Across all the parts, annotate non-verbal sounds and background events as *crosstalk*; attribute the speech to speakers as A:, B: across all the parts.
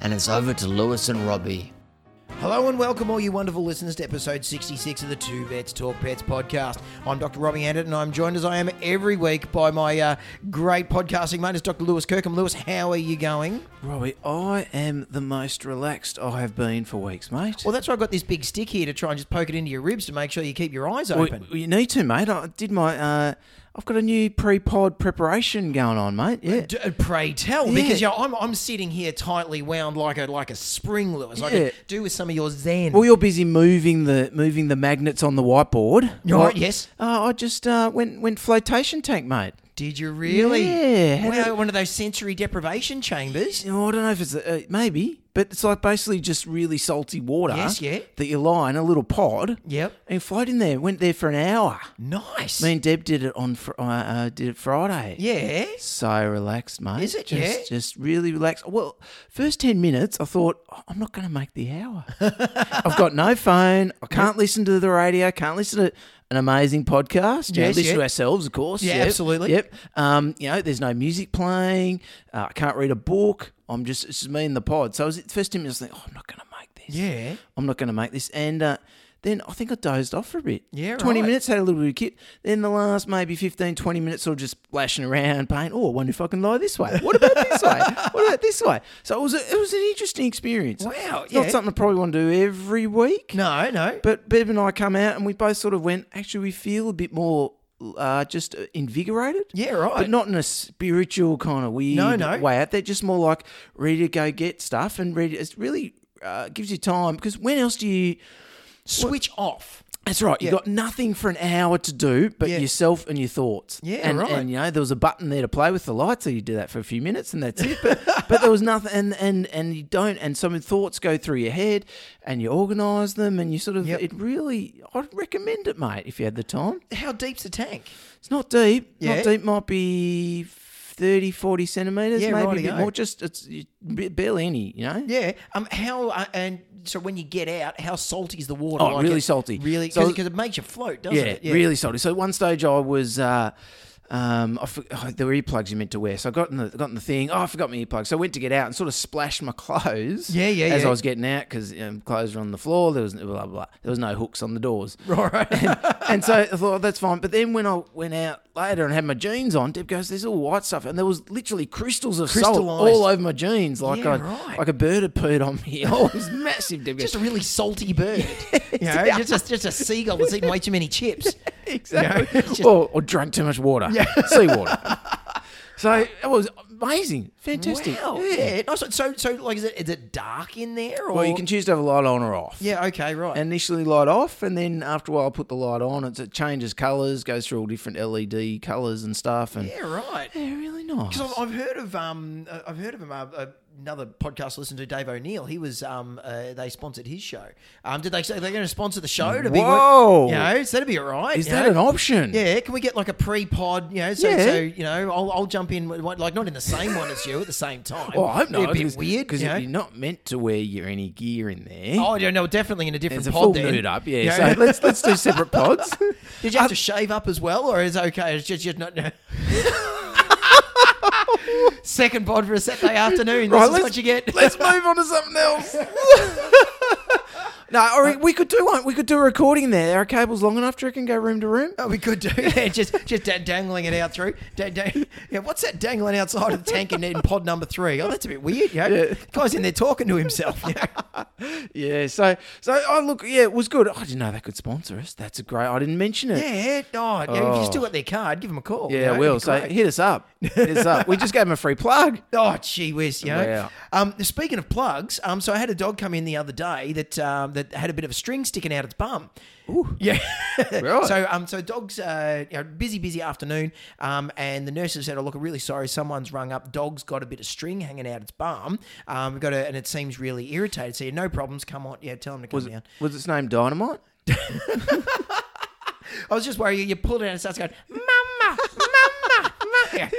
A: and it's over to Lewis and Robbie.
B: Hello and welcome, all you wonderful listeners, to episode 66 of the Two Vets Talk Pets podcast. I'm Dr. Robbie Andert, and I'm joined as I am every week by my uh, great podcasting mate, it's Dr. Lewis Kirkham. Lewis, how are you going?
C: Robbie, I am the most relaxed I have been for weeks, mate.
B: Well, that's why I've got this big stick here to try and just poke it into your ribs to make sure you keep your eyes
C: Well,
B: open.
C: you need to, mate. I did my. Uh, I've got a new pre-pod preparation going on, mate. Yeah.
B: D- uh, pray tell, because
C: Yeah.
B: you know, I'm, I'm sitting here tightly wound like a like a spring, Lewis. I
C: Yeah.
B: could do with some of your zen.
C: Well, you're busy moving the moving the magnets on the whiteboard.
B: Right,
C: Well,
B: yes.
C: Uh, I just uh, went went flotation tank, mate.
B: Did you really?
C: Yeah, had
B: Wow, one of those sensory deprivation chambers.
C: You know, I don't know if it's uh, maybe, but it's like basically just really salty water.
B: Yes, yeah.
C: That you lie in a little pod.
B: Yep.
C: And you float in there. Went there for an hour.
B: Nice.
C: Me and Deb did it on fr- uh, uh, did it Friday.
B: yeah.
C: so relaxed, mate.
B: Is it?
C: Just,
B: Yeah?
C: Just really relaxed. Well, first 10 minutes, I thought, "Oh, I'm not going to make the
B: *laughs*
C: hour. I've got no phone. I can't listen to the radio. Can't listen to an amazing podcast. You know,
B: Yes,
C: listen
B: yeah.
C: to ourselves, of course.
B: Yeah,
C: Yep,
B: absolutely.
C: Yep. Um, you know, there's no music playing. Uh, I can't read a book. I'm just, it's just me in the pod. So I was, the first 10 minutes, I was like, oh, I'm not going to make this.
B: Yeah.
C: I'm not going to make this. And uh, then I think I dozed off for a bit.
B: Yeah,
C: 20
B: right.
C: minutes, had a little bit of kit. Then the last maybe 15, 20 minutes, sort of just flashing around, playing, oh, I wonder if I can lie this way. What about this
B: *laughs*
C: way? What about this way? So it was, a, it was an interesting experience.
B: Wow,
C: It's
B: yeah.
C: Not something I probably want to do every week.
B: No, no.
C: But Beb and I come out and we both sort of went, actually, we feel a bit more uh, just uh, invigorated.
B: Yeah, right.
C: But not in a spiritual kind of weird
B: No, no.
C: way out there, just more like ready to go get stuff and ready. It really uh, gives you time because when else do you.
B: Switch off.
C: That's right. You got nothing for an hour to do but
B: Yeah.
C: yourself and your thoughts.
B: Yeah,
C: and,
B: right.
C: And you know there was a button there to play with the light, so you do that for a few minutes and that's it.
B: *laughs*
C: But but there was nothing, and and and you don't. And some thoughts go through your head, and you organise them, and you sort of.
B: Yep.
C: It really, I'd recommend it, mate, if you had the time.
B: How deep's the tank?
C: It's not deep.
B: Yeah.
C: Not deep. Might be. 30, 40 centimetres,
B: Yeah,
C: maybe a
B: righty-o.
C: bit more. Just it's you- barely any, you know.
B: Yeah. Um. How uh, and so when you get out, how salty is the water?
C: Oh, really
B: it-
C: salty.
B: Really,
C: So-
B: because it makes you float, doesn't
C: yeah,
B: it?
C: really salty. So at one stage I was, uh, um, I for, oh, there were earplugs you meant to wear. So I got in the got in the thing. Oh, I forgot my earplugs. So I went to get out and sort of splashed my *laughs* clothes.
B: Yeah, yeah,
C: As
B: yeah.
C: I was getting out because you know, clothes were on the floor. There was blah, blah, blah. there was no hooks on the doors.
B: *laughs* Right.
C: And, and so I thought "Oh, that's fine. But then when I went out later and had my jeans on, Deb goes, "There's all white stuff," and there was literally crystals of salt
B: Crystallised.
C: all over my jeans, like
B: Yeah,
C: I'd-
B: right.
C: like a bird had pooed on me. *laughs* Oh, it was massive. Deb goes,
B: Just a really
C: *laughs*
B: salty bird. you know, just, a, just a seagull that's eaten way too many chips.
C: *laughs*
B: You
C: Exactly.
B: know, *laughs* it's just-
C: or, or drank too much water. Yeah. *laughs* Seawater. so it was amazing. Fantastic.
B: Wow.
C: Yeah.
B: Yeah. nice. So, so like, is it is it dark in there? Or
C: Well, you can choose to have a light on or off.
B: Yeah. Okay. Right.
C: Initially light off, and then after a while, put the light on. It's, it changes colours, goes through all different LED colours and stuff. And
B: yeah. Right.
C: they're really nice.
B: Because I've, I've heard of um, uh, I've heard of him. Uh, uh, another podcast I listened to, Dave O'Neill. He was um, uh, they sponsored his show. Um, did they say they're going to sponsor the show to be?
C: Whoa.
B: you know, so that'd be all right.
C: Is
B: you
C: that
B: know?
C: an option?
B: Yeah, can we get like a pre-pod? You know, so,
C: Yeah.
B: so you know, I'll, I'll jump in with one- like not in the same one as you at the same time.
C: Well, Oh, I hope not.
B: It'd be a bit weird
C: because
B: you know?
C: you're not meant to wear your any gear in there.
B: Oh, yeah, no, definitely in a different
C: it's a
B: pod.
C: full
B: then.
C: nude up. Yeah.
B: You know?
C: So let's let's do separate pods.
B: *laughs* Did you have to shave up as well, or is it okay? It's just, just not.
C: *laughs*
B: No. Second pod for a Saturday afternoon. This
C: Right,
B: is
C: let's-
B: what you get.
C: Let's move on to something else. *laughs* no, or we could do one. We could do a recording there. Our cable's long enough. Do you reckon go room to room?
B: Oh, we could do. *laughs* Yeah, just just da- dangling it out through. Da- da- yeah, what's that dangling outside of the tank in, in pod number three? Oh, that's a bit weird. You know? Guy's in there talking to himself. You know? *laughs*
C: Yeah. So, so I look. Yeah, it was good. Oh, I didn't know they could sponsor us. That's a great. I didn't mention it.
B: Yeah, no, yeah, if you still got their card, give them a call.
C: Oh. Yeah,
B: you know,
C: I
B: it'd
C: will.
B: be
C: So
B: great.
C: hit us up. Hit us up. We just gave them a free plug.
B: Oh, gee whiz, you know.
C: Wow.
B: Um, speaking of plugs, um, so I had a dog come in the other day that um, that had a bit of a string sticking out its bum. Yeah.
C: Right.
B: so um, so dogs, uh, you know, busy, busy afternoon, um, and the nurses said, "Oh look, I'm really sorry, someone's rung up. Dog's got a bit of string hanging out its bum. Um, we've got a, and it seems really irritated. So yeah, no problems. Come on, yeah, tell him to come down."
C: Was its name Dynamite? *laughs*
B: I was just worried you, you pulled it out and it starts going, "Mama, mama, mama."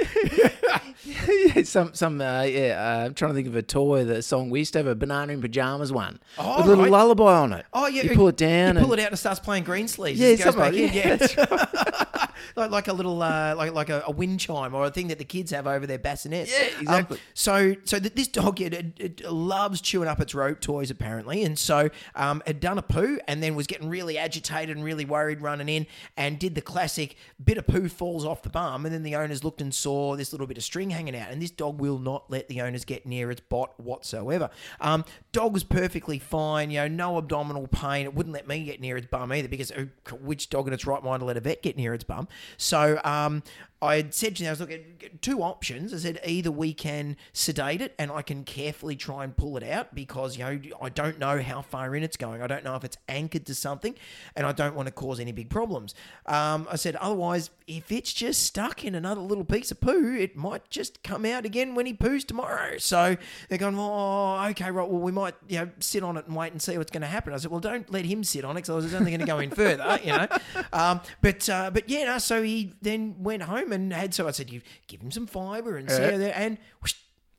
C: yeah, some some uh, yeah. Uh, I'm trying to think of a toy. The song we used to have a banana in pajamas one
B: Oh,
C: with a little
B: right.
C: lullaby on it.
B: Oh yeah,
C: you pull it down.
B: You pull
C: and,
B: it out and it starts playing green sleeves.
C: Yeah,
B: as it goes back
C: something
B: in.
C: like-
B: yeah.
C: yeah, that's
B: *laughs* like like a little uh, like like a, a wind chime or a thing that the kids have over their bassinets.
C: Yeah,
B: Um,
C: exactly.
B: so so th- this dog it, it, it loves chewing up its rope toys apparently, and so um, had done a poo and then was getting really agitated and really worried running in and did the classic bit of poo falls off the bum, and then the owners looked and saw this little bit of string hanging out, and this dog will not let the owners get near its bot whatsoever. Um, dog was perfectly fine, you know, no abdominal pain. It wouldn't let me get near its bum either because uh, which dog in its right mind to let a vet get near its bum? So um, I had said to them, I was looking at two options. I said, either we can sedate it and I can carefully try and pull it out because, you know, I don't know how far in it's going. I don't know if it's anchored to something and I don't want to cause any big problems. Um, I said, otherwise, if it's just stuck in another little piece of poo, it might just come out again when he poos tomorrow. So they're going, oh, okay, right. Well, we might, you know, sit on it and wait and see what's going to happen. I said, well, don't let him sit on it because I was only going to go in
C: *laughs*
B: further, you know. Um, but, uh, but yeah, no, so he then went home and had, so I said, you give him some fiber and see
C: Yeah.
B: how that, and whoosh,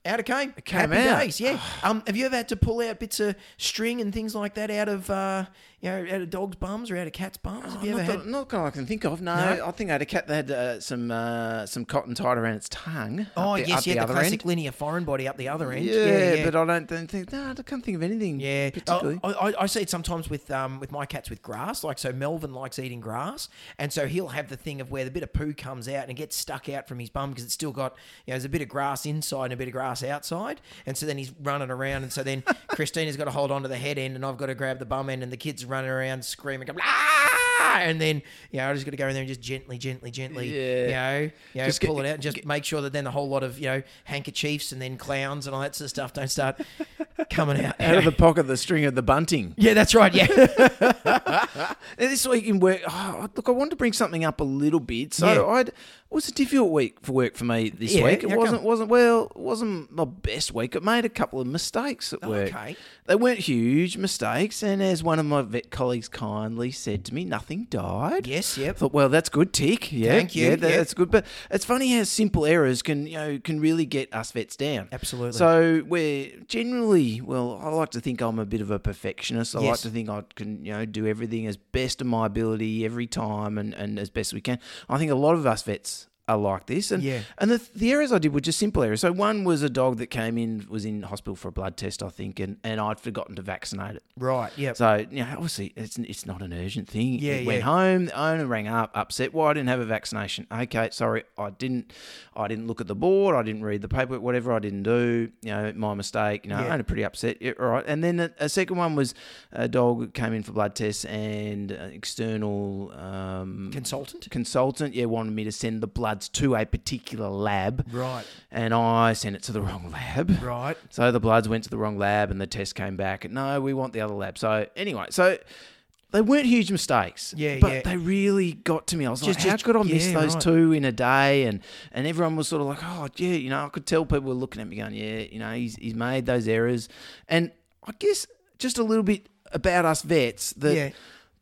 B: out it came. It
C: came
B: Happy
C: out.
B: days,
C: *sighs*
B: yeah. um, have you ever had to pull out bits of string and things like that out of, uh, you know, out of dogs' bums or out of cats' bums? Have you
C: not,
B: ever
C: that-
B: had?
C: not kind of I can think of. No,
B: No?
C: I think I had a cat that had uh, some uh, some cotton tied around its tongue.
B: Oh,
C: up the,
B: yes,
C: up
B: yeah, the,
C: other
B: classic
C: end.
B: linear foreign body up the other end.
C: Yeah, but I don't, don't think. No, I can't think of anything.
B: Yeah, Oh,
C: particularly.
B: I, I, I see it sometimes with um, with my cats with grass. Like so, Melvin likes eating grass, and so he'll have the thing of where the bit of poo comes out and it gets stuck out from his bum because it's still got you know there's a bit of grass inside and a bit of grass outside, and so then he's running around, and so
C: *laughs*
B: then Christina's got to hold onto the head end, and I've got to grab the bum end, and the kids running around screaming, going, "Ah!" and then you know I just got to go in there and just gently, gently, gently,
C: Yeah.
B: you know, you know
C: Just get-
B: pull it out, and just make sure that then a whole lot of you know handkerchiefs and then clowns and all that sort of stuff don't start coming out.
C: *laughs* out of the pocket, the string of the bunting.
B: Yeah, that's right. Yeah.
C: Now, this week in work, oh, look, I wanted to bring something up a little bit. So
B: Yeah.
C: I'd, it was a difficult week for work for me this
B: Yeah,
C: week. It
B: how come?
C: wasn't wasn't well, it wasn't my best week. It made a couple of mistakes at work.
B: okay.
C: They weren't huge mistakes, and as one of my vet colleagues kindly said to me, nothing died.
B: yes,
C: I
B: yep.
C: thought, well, that's good, tick. Yeah,
B: Thank you,
C: Yeah, that-
B: yeah.
C: that's good. But it's funny how simple errors can you know can really get us vets down.
B: Absolutely.
C: So we're generally well. I like to think I'm a bit of a perfectionist. I
B: Yes.
C: like to think I can you know do everything as best of my ability every time and and as best we can. I think a lot of us vets. Are like this, and
B: Yeah.
C: and the, the errors I did were just simple errors. So one was a dog that came in was in hospital for a blood test, I think, and, and I'd forgotten to vaccinate it.
B: Right. Yep.
C: So you know, obviously it's it's not an urgent thing.
B: Yeah,
C: it went
B: yeah.
C: home. The owner rang up, upset. Why I didn't have a vaccination? Okay, sorry, I didn't. I didn't look at the board. I didn't read the paperwork. Whatever I didn't do, you know, my mistake. You know,
B: Yeah.
C: owner pretty upset. Yeah, all right. And then a, a second one was a dog came in for blood tests and an external um,
B: Consultant.
C: consultant. Yeah, wanted me to send the bloods to a particular lab.
B: Right.
C: And I sent it to the wrong lab.
B: Right.
C: So the bloods went to the wrong lab and the test came back. No, we want the other lab. So anyway, so they weren't huge mistakes.
B: Yeah,
C: but
B: yeah.
C: they really got to me. I was
B: Just-
C: like, how
B: just-
C: could I miss
B: yeah,
C: those
B: right.
C: two in a day? And and everyone was sort of like, oh yeah, you know, I could tell people were looking at me going, yeah, you know, he's he's made those errors. And I guess just a little bit about us vets that.
B: Yeah.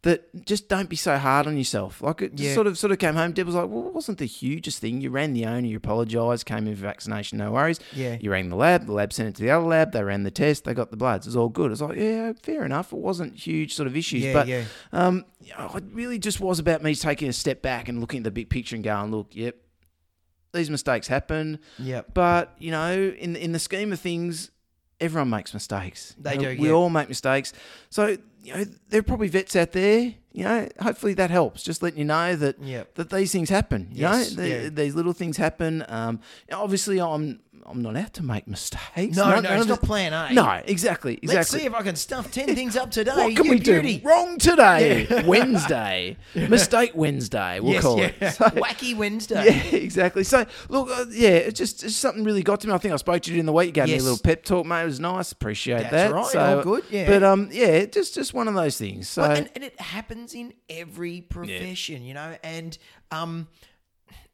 C: That just don't be so hard on yourself. Like it just
B: Yeah.
C: sort of sort of came home. Deb was like, "Well, it wasn't the hugest thing. You ran the owner, you apologised, came in for vaccination, no worries.
B: Yeah.
C: You rang the lab, the lab sent it to the other lab, they ran the test, they got the bloods. It was all good. It's like, yeah, fair enough. It wasn't huge sort of issues.
B: Yeah,
C: but
B: yeah.
C: um you know, it really just was about me taking a step back and looking at the big picture and going, look, yep, these mistakes happen.
B: Yep.
C: But, you know, in in the scheme of things, everyone makes mistakes. You
B: They
C: know,
B: do,
C: We
B: yeah.
C: all make mistakes. So, you know, there are probably vets out there, you know, hopefully that helps. Just letting you know that
B: Yep.
C: that these things happen. You
B: Yes,
C: know, The-
B: yeah.
C: these little things happen. Um, obviously, I'm I'm not out to make mistakes.
B: No,
C: None-
B: no,
C: none
B: it's
C: of
B: not
C: this-
B: plan A.
C: No, exactly, exactly.
B: Let's see if I can stuff 10 things up today.
C: what can
B: You
C: we
B: beauty.
C: do wrong today? *laughs*
B: *laughs*
C: Wednesday, mistake Wednesday. We'll
B: Yes,
C: call
B: yeah.
C: it. *laughs* So-
B: Wacky Wednesday.
C: Yeah, exactly. So, look, uh, yeah, it just, it's something really got to me. I think I spoke to you during the week. You gave me
B: Yes.
C: a little pep talk, mate. It was nice. Appreciate
B: That's
C: that.
B: right.
C: So,
B: All good, yeah.
C: But um, yeah, it just just one of those things. So,
B: Well, and, and it happens in every profession, you know. And um,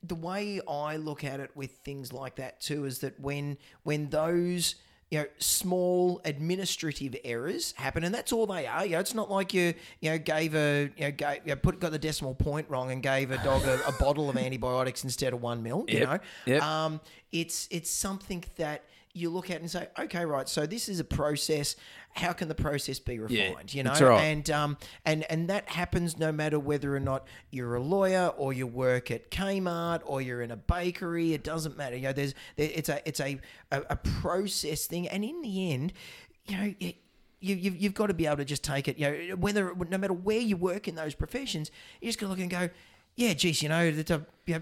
B: the way I look at it with things like that too is that when when those you know small administrative errors happen, and that's all they are. You know, it's not like you you know gave a you know, gave, you know, put got the decimal point wrong and gave a dog
C: *laughs*
B: a, a bottle of antibiotics instead of one mil. You
C: Yep,
B: know,
C: yep.
B: um, it's it's something that. You look at it and say, okay, right. So this is a process. How can the process be refined? you know,
C: that's right.
B: and um, and and that happens no matter whether or not you're a lawyer or you work at Kmart or you're in a bakery. It doesn't matter. You know, there's there, it's a it's a, a a process thing, and in the end, you know. It, you, you've, you've got to be able to just take it, you know, whether no matter where you work in those professions, you just got to look and go, yeah, geez, you know, that's a, you know,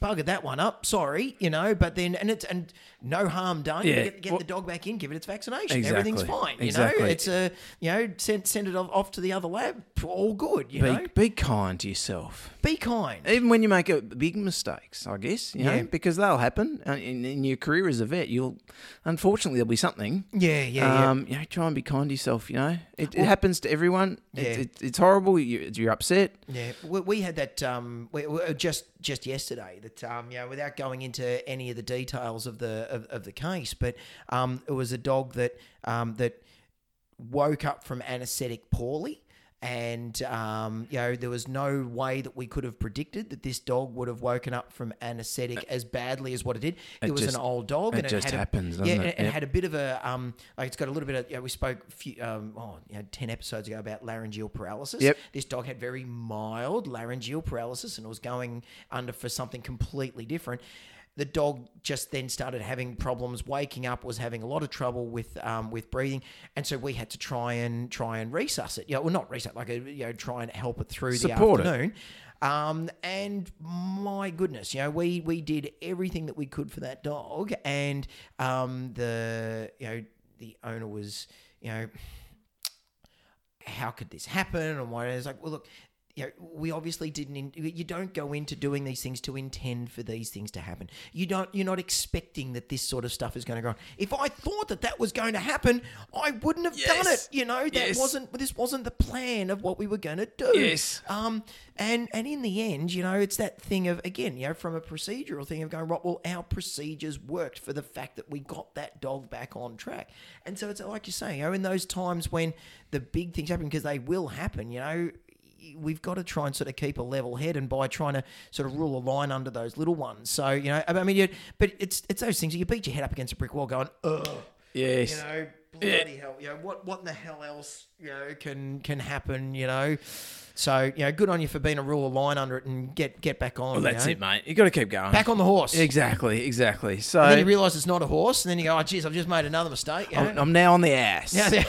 B: bugger that one up, sorry, you know, but then and it's and no harm done. You
C: Yeah.
B: get, get
C: Well-
B: the dog back in, give it its vaccination, everything's
C: Exactly.
B: fine, you know,
C: Exactly.
B: it's uh, you know, send send it off, off to the other lab. All good, you
C: be,
B: know.
C: be kind to yourself.
B: Be kind.
C: even when you make a big mistakes, I guess, you know,
B: Yeah.
C: because they'll happen uh, in, in your career as a vet. You'll, unfortunately, there'll be something.
B: Yeah, yeah, yeah.
C: Um, you know, try and be kind to yourself. You know, it, it happens to everyone.
B: Yeah.
C: It, it, it's horrible. You, you're upset.
B: Yeah, we, we had that um, we, we, just just yesterday. That um, you know, without going into any of the details of the of, of the case, but um, it was a dog that um, that woke up from anaesthetic poorly. And um, you know there was no way that we could have predicted that this dog would have woken up from anaesthetic as badly as what it did. It, was
C: just-
B: an old dog,
C: Uh, it
B: and
C: just
B: it had
C: happens,
B: A,
C: doesn't
B: yeah,
C: it?
B: and
C: Yep.
B: had a bit of a um, like it's got a little bit of. You know, we spoke a few, um, oh, you know, ten episodes ago about laryngeal paralysis.
C: Yep.
B: This dog had very mild laryngeal paralysis and was going under for something completely different. The dog just then started having problems waking up, was having a lot of trouble with um, with breathing, and so we had to try and try and resuscitate it. Yeah, well, not resuscitate, like uh, you know, try and help it through
C: Support
B: the
C: it.
B: afternoon. Um, and my goodness, you know, we we did everything that we could for that dog, and um, the you know the owner was you know how could this happen and why it's like well look you know, we obviously didn't in, you don't go into doing these things to intend for these things to happen you don't you're not expecting that this sort of stuff is going to go on if i thought that that was going to happen i wouldn't have done it
C: Yes.
B: you know that
C: Yes.
B: wasn't this wasn't the plan of what we were going to do
C: Yes.
B: um and and in the end you know it's that thing of again you know from a procedural thing of going right well our procedures worked for the fact that we got that dog back on track and so it's like you're saying you know in those times when the big things happen because they will happen you know we've got to try and sort of keep a level head and by trying to sort of rule a line under those little ones so you know i mean you, but it's it's those things you beat your head up against a brick wall going ugh
C: Yes.
B: you know, bloody hell, you know, what what in the hell else, you know, can can happen, you know? So, you know, good on you for being a rule a line under it and get get back on. you know?
C: mate. You got to keep going.
B: Back on the horse.
C: Exactly. Exactly. So
B: And then you realise it's not a horse, and then you go, oh, geez, I've just made another mistake. You
C: I'm,
B: know?
C: I'm now on the ass.
B: *laughs* Now they're-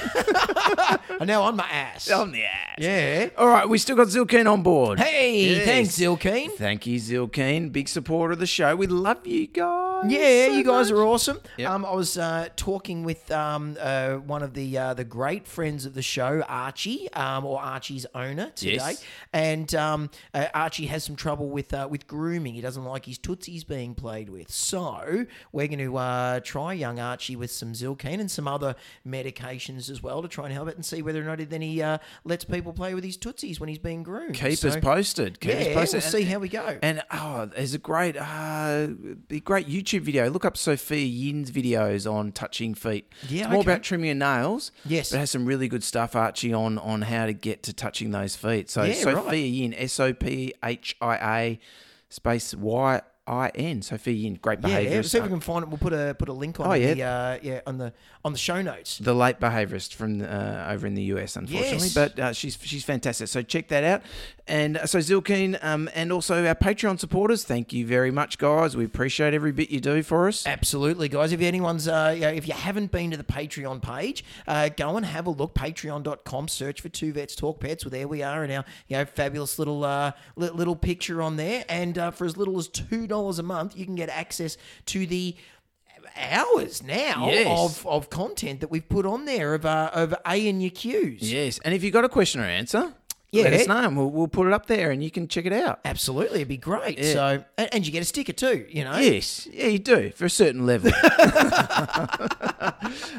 B: I'm now on my ass.
C: *laughs* on the ass.
B: Yeah.
C: All right, we still got Zilkeen on board.
B: Hey,
C: Yes.
B: thanks, Zilkeen.
C: Thank you, Zilkeen. Big supporter of the show. We love you guys.
B: Yeah,
C: so
B: you guys
C: much.
B: are awesome. Um, I was uh, talking with um, uh, one of the uh, the great friends of the show, Archie, um, or Archie's owner today,
C: Yes.
B: and um, uh, Archie has some trouble with uh, with grooming. He doesn't like his tootsies being played with, so we're going to uh, try young Archie with some Zilkeen and some other medications as well to try and help it and see whether or not he- then he uh, lets people play with his tootsies when he's being groomed.
C: Keep
B: So,
C: us posted. Keep
B: Yeah,
C: us posted.
B: we'll see how we go.
C: And oh, there's a great, uh, a great YouTube video. Look up Sophia Yin's videos on touching feet.
B: Yeah,
C: it's more
B: okay.
C: about trimming your nails.
B: Yes.
C: but it has some really good stuff, Archie, on on how to get to touching those feet. So
B: Yeah,
C: Sophia
B: right.
C: Yin, S O P H I A space Y I N. Sophia Yin, great
B: Yeah,
C: behaviour.
B: yeah. See if we can find it. We'll put a put a link on
C: Oh, yeah.
B: the uh, yeah on the on the show notes.
C: the late behaviorist from uh, over in the US, unfortunately,
B: Yes.
C: but uh, she's she's fantastic. So check that out. And uh, so Zilkeen, um, and also our Patreon supporters, thank you very much, guys. We appreciate every bit you do for us.
B: Absolutely, guys. If anyone's, uh, you know, if you haven't been to the Patreon page, uh, go and have a look. Patreon.com. Search for Two Vets Talk Pets. Well, there we are in our, you know, fabulous little uh, li- little picture on there. And uh, for as little as two dollars a month, you can get access to the hours now
C: Yes.
B: of, of content that we've put on there of uh, of A and your Qs.
C: Yes, and if you've got a question or answer,
B: Yeah.
C: let us know, and we'll, we'll put it up there, and you can check it out.
B: Absolutely, it'd be great. So, and, and you get a sticker too, you know.
C: Yes, yeah, you do for a certain level. *laughs*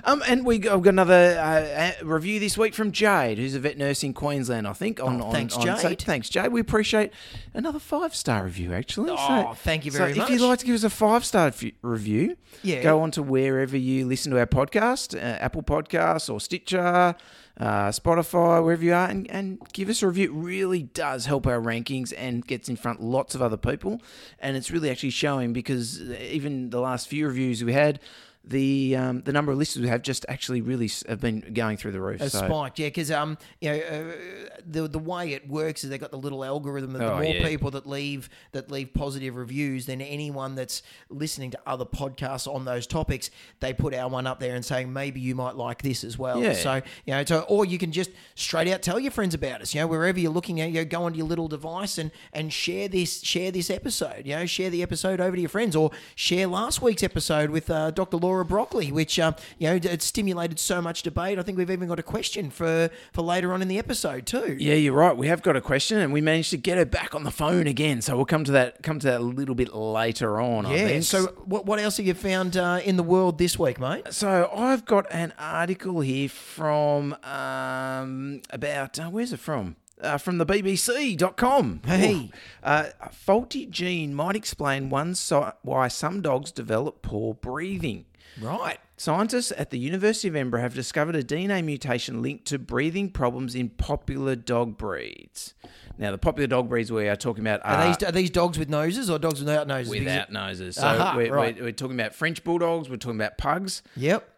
C: um, and we got, I've got another uh, uh, review this week from Jade, who's a vet nurse in Queensland, I think. On, on-
B: Oh, thanks,
C: on- so
B: Jade.
C: thanks, Jade. We appreciate another five star review, actually.
B: Oh,
C: so,
B: thank you
C: so
B: very
C: If
B: much.
C: you'd like to give us a five star review,
B: Yeah.
C: go on to wherever you listen to our podcast, uh, Apple Podcasts or Stitcher, uh, Spotify, wherever you are, and, and give us a review. It really does help our rankings and gets in front lots of other people. And it's really actually showing because uh, even the last few reviews we had, the um, the number of listeners we have just actually really s- have been going through the roof.
B: A
C: so-
B: spike, yeah, because um, you know, uh, the the way it works is they got the little algorithm that the
C: Oh,
B: more
C: yeah.
B: people that leave that leave positive reviews, then anyone that's listening to other podcasts on those topics, they put our one up there and saying maybe you might like this as well.
C: Yeah.
B: So you know, so or you can just straight out tell your friends about us. You know, wherever you're looking at, you know, go onto your little device and and share this share this episode. You know, share the episode over to your friends or share last week's episode with uh, Dr. Laura Broccoli, which um, you know it stimulated so much debate. I think we've even got a question for for later on in the episode too.
C: Yeah, you're right. We have got a question, and we managed to get her back on the phone again. So we'll come to that come to that a little bit later on. I
B: Yeah,
C: think.
B: So, what, what else have you found uh, in the world this week, mate?
C: So I've got an article here from um, about uh, where's it from? Uh, from the BBC.com.
B: Hey.
C: Uh, a faulty gene might explain one so- why some dogs develop poor breathing.
B: Right.
C: Scientists at the University of Edinburgh have discovered a DNA mutation linked to breathing problems in popular dog breeds. Now, the popular dog breeds we are talking about are,
B: Are, these, are these dogs with noses or dogs without noses? Because-
C: Uh, without noses. So
B: Aha,
C: we're,
B: right.
C: we're, we're talking about French bulldogs, we're talking about pugs.
B: Yep.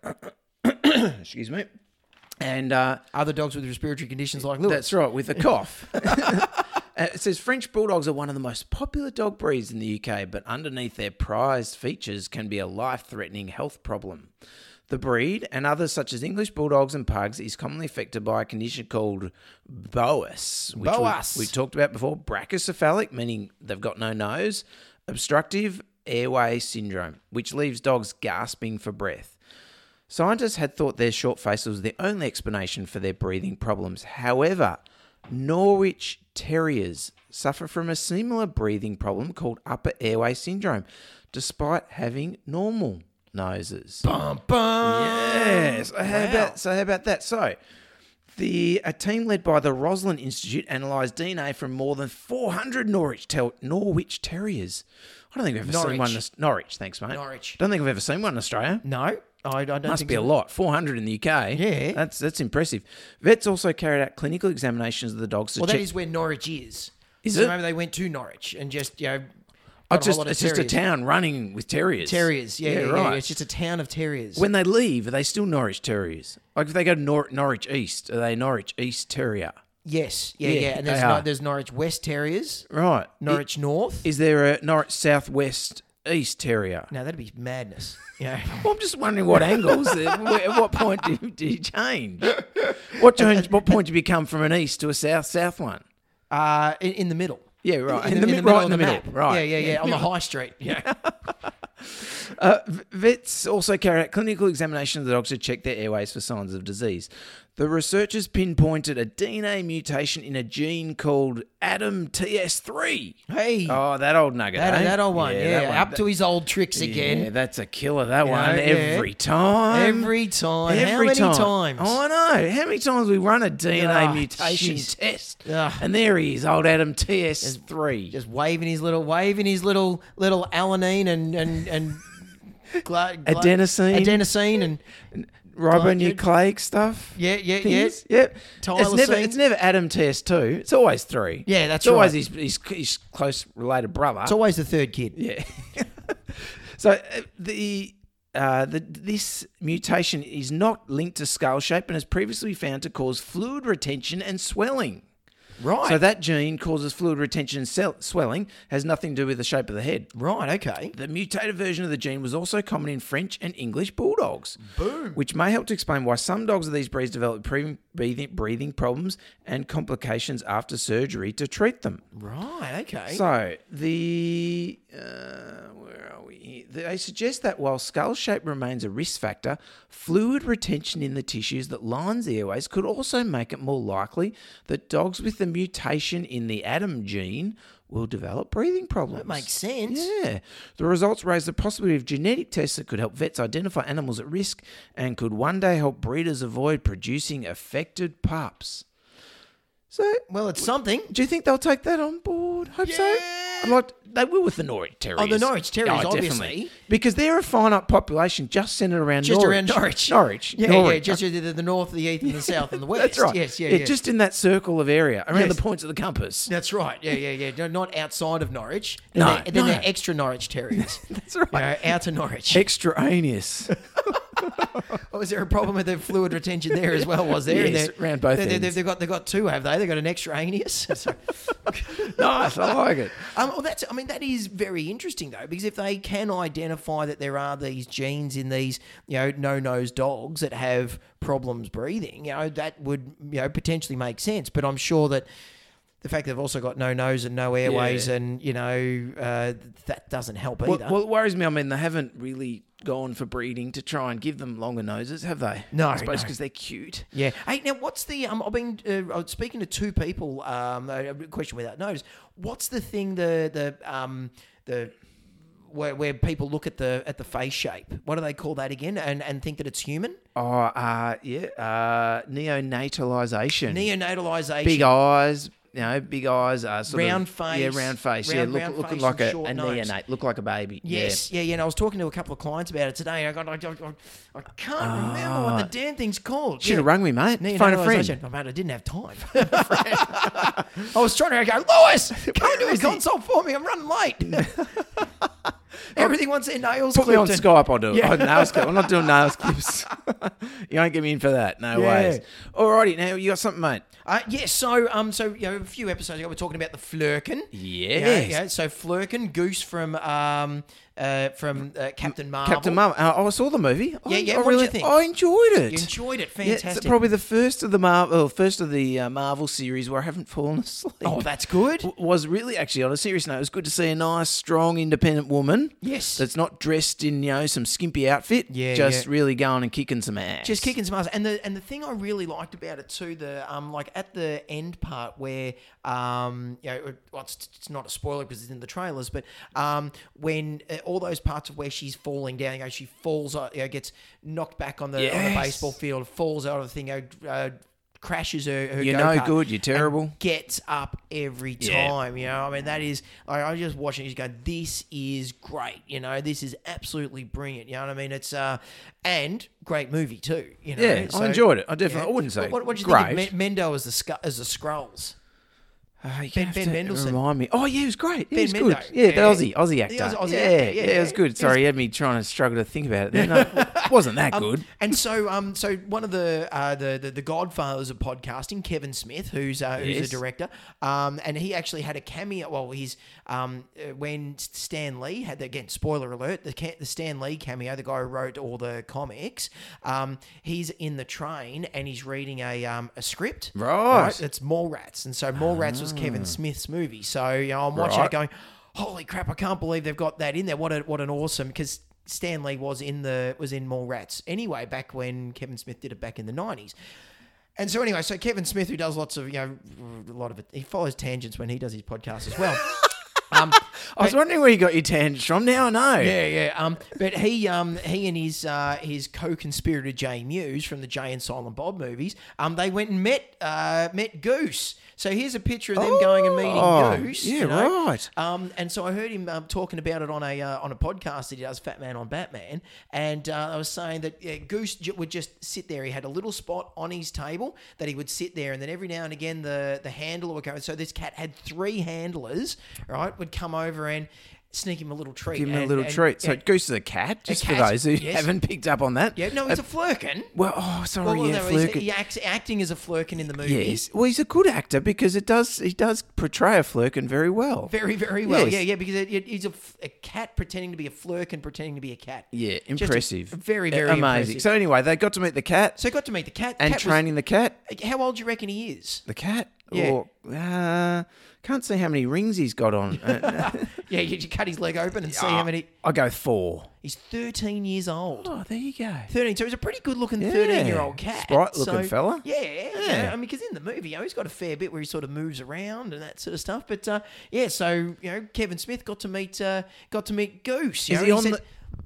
C: Excuse me. And uh,
B: Other dogs with respiratory conditions like Lewis.
C: That's right, with a cough. Uh, it says French bulldogs are one of the most popular dog breeds in the UK, but underneath their prized features can be a life threatening health problem. The breed and others such as English bulldogs and pugs is commonly affected by a condition called BOAS, which we-
B: Boas.
C: we talked about before. Brachycephalic, meaning they've got no nose, obstructive airway syndrome, which leaves dogs gasping for breath. Scientists had thought their short face was the only explanation for their breathing problems. However, Norwich Terriers suffer from a similar breathing problem called upper airway syndrome, despite having normal noses.
B: Bum, bum.
C: Yes. How about, so how about that? So, the a team led by the Roslin Institute analysed DNA from more than 400 Norwich ter- Norwich Terriers. I don't think I've ever seen
B: Norwich.
C: one. in Aus- Norwich, thanks, mate.
B: Norwich.
C: Don't think I've ever seen one in Australia.
B: No, I, I don't
C: Must
B: think
C: be a
B: so.
C: lot. 400 in the UK.
B: Yeah.
C: That's that's impressive. Vets also carried out clinical examinations of the dogs to
B: Well, that
C: check.
B: is where Norwich is.
C: Is
B: so
C: it?
B: Maybe they went to Norwich and just, you know,
C: Oh,
B: got
C: it's just,
B: a whole lot of
C: it's just a
B: terriers.
C: town running with terriers.
B: Terriers, yeah, yeah, yeah,
C: right.
B: yeah, It's just a town of terriers.
C: when they leave, are they still Norwich Terriers? Like if they go to Nor- Norwich East, are they Norwich East Terrier?
B: yes, yeah,
C: Yeah,
B: yeah. And
C: they
B: there's,
C: are.
B: no, there's Norwich West Terriers,
C: Right. Norwich.
B: Norwich North.
C: Is there a Norwich Southwest East Terrier?
B: no, that'd be madness. You
C: *laughs*
B: know,
C: Well, I'm just wondering what angles, uh, wh- at what point do you, do you change? What, change, what point do you become from an east to a south south one?
B: uh, in, in the middle.
C: Yeah, right.
B: In,
C: In
B: the,
C: the mid-
B: in the middle
C: right
B: of
C: in
B: the
C: the
B: map.
C: middle, right.
B: Yeah, yeah, yeah. On the high street. Yeah.
C: Uh, v- vets also carry out clinical examination of the dogs to check their airways for signs of disease. The researchers pinpointed a DNA mutation in a gene called Adam TS3.
B: hey,
C: Oh, that old nugget.
B: that,
C: eh?
B: that old one. Yeah,
C: that one.
B: up to his old tricks
C: That-
B: again.
C: Yeah, that's a killer. That
B: You
C: one
B: know, yeah.
C: every time.
B: Every time. How
C: Every
B: many
C: time.
B: times?
C: I know. How many times we run a DNA
B: Ah,
C: mutation
B: jeez.
C: test,
B: Ah.
C: and there he is, old Adam TS3.
B: just waving his little waving his little little alanine and and
C: *laughs*
B: and gla- gla-
C: Adenosine.
B: adenosine and
C: ribonucleic stuff.
B: Yeah, yeah,
C: things. Yep. It's
B: Tylosine.
C: never, it's never Adam TS2. It's always three.
B: Yeah, that's
C: it's always
B: right.
C: his, his, his close related brother.
B: it's always the third kid.
C: yeah. so uh, the. Uh, the, this mutation is not linked to skull shape and is previously found to cause fluid retention and swelling.
B: Right.
C: So that gene causes fluid retention cell- swelling, has nothing to do with the shape of the head.
B: Right, okay.
C: The mutated version of the gene was also common in French and English bulldogs. Boom. Which may help to explain why some dogs of these breeds develop pre- breathing, breathing problems and complications after surgery to treat them.
B: Right, okay.
C: So the uh, where are we? here? They suggest that while skull shape remains a risk factor, fluid retention in the tissues that lines the airways could also make it more likely that dogs with the mutation in the Adam gene will develop breathing problems.
B: that makes sense.
C: Yeah. The results raise the possibility of genetic tests that could help vets identify animals at risk and could one day help breeders avoid producing affected pups. So
B: Well, it's something.
C: do you think they'll take that on board? Hope so. I'm like, they will with the Norwich Terriers.
B: Oh, the Norwich Terriers, obviously.
C: Because they're a finite population just centered around
B: Just
C: Norwich.
B: around Norwich.
C: Norwich.
B: Yeah,
C: Norwich.
B: yeah, just the, the north, the east, and the south, and the west.
C: *laughs* That's right.
B: Yes, yeah, yeah.
C: Just in that circle of area, around
B: Yes.
C: the points of the compass.
B: That's right. Yeah, yeah, yeah. No, Not outside of Norwich. Then
C: No,
B: they're, then
C: no.
B: they're extra Norwich Terriers.
C: *laughs* That's right.
B: you know, outer Norwich. *laughs*
C: Extraneous.
B: Oh, is there a problem with the fluid retention there as well? Was there? And
C: Yes,
B: they're-
C: round both
B: they,
C: ends.
B: They, have got they've got two, have they? They've got an extra anus. *laughs* Sorry.
C: nice. I like it.
B: um, well, that's I mean that is very interesting though because if they can identify that there are these genes in these you know no nose dogs that have problems breathing, you know that would you know potentially make sense. But I'm sure that. The fact they've also got no nose and no airways,
C: Yeah.
B: and you know uh, that doesn't help either.
C: Well, well, it worries me. I mean, they haven't really gone for breeding to try and give them longer noses, have they?
B: No,
C: I suppose
B: no.
C: because they're cute.
B: Yeah. Hey, now what's the? Um, I've been uh, I was speaking to two people. Um, a a question without notice. What's the thing? The the um the where, where people look at the at the face shape. What do they call that again? And and think that it's human.
C: Oh, uh, yeah. Uh, neonatalization.
B: Neonatalization.
C: big eyes, you know, big eyes, uh, sort of-
B: Round face.
C: yeah, round face,
B: Round-
C: yeah,
B: round
C: look, looking
B: face
C: like
B: and
C: a,
B: short
C: a
B: nose.
C: neonate, look like a baby,
B: Yes, yeah. yeah, And I was talking to a couple of clients about it today. And I got, I, I, I can't remember what the damn thing's called.
C: Yeah. Should have
B: Yeah.
C: Ah. rung me, mate.
B: Neonatalization.
C: Phone a friend.
B: Oh, mate, I didn't have time. *laughs* I was trying to go, Lewis, come to a console for me. I'm running late.
C: *laughs*
B: *laughs* Everything wants their nails
C: Put me on
B: clipped. and-
C: Skype. I'll do it.
B: Yeah.
C: Oh, nails clip. I'm not doing nails clips. *laughs* you don't get me in for that. No
B: Yeah.
C: ways. Alrighty, now you got something, mate.
B: Uh, yes, so um, so you know, a few episodes ago, we are talking about the flurkin. Yeah,
C: Yes.
B: yeah. So flurkin, goose from um, uh, from uh, Captain Marvel.
C: Captain Mum. Uh, oh, I saw the movie. I,
B: Yeah, yeah,
C: I
B: what did you
C: really-
B: think?
C: I enjoyed it.
B: You enjoyed it,
C: Yeah, it's
B: fantastic.
C: probably the first of the Marvel, well, first of the uh, Marvel series where I haven't fallen *laughs* asleep.
B: oh, that's good.
C: w- was really actually on a serious note. It was good to see a nice, strong, independent woman.
B: Yes.
C: that's not dressed in you know some skimpy outfit.
B: Yeah,
C: just
B: yeah.
C: really going and kicking some ass.
B: just kicking some ass. And the and the thing I really liked about it too, the um, like at the end part where um, you know, it- well, it's, it's not a spoiler because it's in the trailers, but um, when uh, all those parts of where she's falling down, you know, she falls, uh, you know, gets knocked back on the on the
C: Yes.
B: baseball field, falls out of the thing, you know, uh, crashes her. her
C: You're no
B: go-kart
C: good, you're terrible.
B: gets up every
C: Yeah.
B: time. You know, I mean, that is, I, I was just watching it, just going, this is great. You know, this is absolutely brilliant. You know what I mean? It's, uh, and great movie too. You know,
C: Yeah, I enjoyed it. I definitely. I wouldn't say
B: What, what do you
C: great.
B: think of Me- Mendo as the, sc- as the Skrulls?
C: Uh, you
B: Ben-
C: have
B: Ben
C: to
B: Mendelsohn.
C: Remind me. Oh yeah, he was great. Yeah, he
B: Ben
C: was good.
B: Mendo.
C: Yeah, the
B: Yeah.
C: Aussie, Aussie actor.
B: The Aussie- Aussie
C: yeah,
B: actor. Yeah,
C: yeah, it was
B: yeah.
C: good. Sorry, you had me trying to struggle to think about it. Then. No, it wasn't
B: *laughs*
C: that good.
B: Um, And so, um, so one of the uh, the, the the Godfathers of podcasting, Kevin Smith, who's uh, who's
C: Yes.
B: a director, um, and he actually had a cameo. Well, he's um, uh, when Stan Lee had the, again, spoiler alert, the ca- the Stan Lee cameo, the guy who wrote all the comics, um, he's in the train and he's reading a um, a script,
C: Right.
B: It's Mallrats, and so Mallrats was Kevin Smith's movie. So you know, I'm watching
C: Right.
B: it going, holy crap, I can't believe they've got that in there. What a, what an awesome because Stanley was in the was in More Rats anyway back when Kevin Smith did it back in the nineties. And so anyway, so Kevin Smith, who does lots of you know a lot of it, he follows tangents when he does his podcast as well. um,
C: I was wondering where you got your tangents from. Now I know.
B: yeah, yeah. Um, but he, um, he and his uh, his co-conspirator Jay Muse from the Jay and Silent Bob movies, um, they went and met uh, met Goose. So here's a picture of them going and meeting
C: Oh,
B: Goose.
C: yeah,
B: you know?
C: right.
B: Um, and so I heard him um, talking about it on a uh, on a podcast that he does, Fat Man on Batman, and uh, I was saying that uh, Goose j- would just sit there. He had a little spot on his table that he would sit there, and then every now and again the the handler would go. So this cat had three handlers, right? Would come over and sneak him a little treat.
C: Give him a
B: and-
C: little
B: and-
C: treat. So
B: yeah.
C: Goose is a cat, just for
B: cat,
C: those who
B: yes.
C: haven't picked up on that. Uh,
B: yeah, no, he's a flirkin.
C: Well, oh, sorry,
B: Well, well,
C: yeah,
B: no, he's,
C: Fleur.
B: he acts, acting as a flirkin in the movie.
C: Yes. Well, he's a good actor because it does he does portray a flirkin very well.
B: Very, very well.
C: Yes.
B: Yeah, yeah, because it, it, he's a, f- a cat pretending to be a flirk and pretending to be a cat.
C: yeah,
B: Just a-
C: impressive.
B: very,
C: A-
B: very
C: amazing.
B: impressive.
C: So anyway, they got to meet the cat
B: So I got to meet the cat.
C: and
B: cat was-
C: training the cat.
B: how old do you reckon he
C: *laughs*
B: is?
C: The cat.
B: Yeah.
C: Or, uh, can't see how many rings he's
B: *laughs*
C: got on. Uh,
B: Yeah, you, you cut his leg open and see how many.
C: I go four.
B: He's 13 years old.
C: Oh, there you go.
B: 13, so he's a pretty good looking
C: Yeah.
B: 13 year old cat.
C: Sprite-looking
B: So-
C: fella.
B: Yeah, yeah.
C: Yeah.
B: I mean, because in the movie, you know, he's got a fair bit where he sort of moves around and that sort of stuff. But uh, yeah, so, you know, Kevin Smith got to meet uh, got to meet Goose. You
C: Is
B: know,
C: he on
B: said-
C: the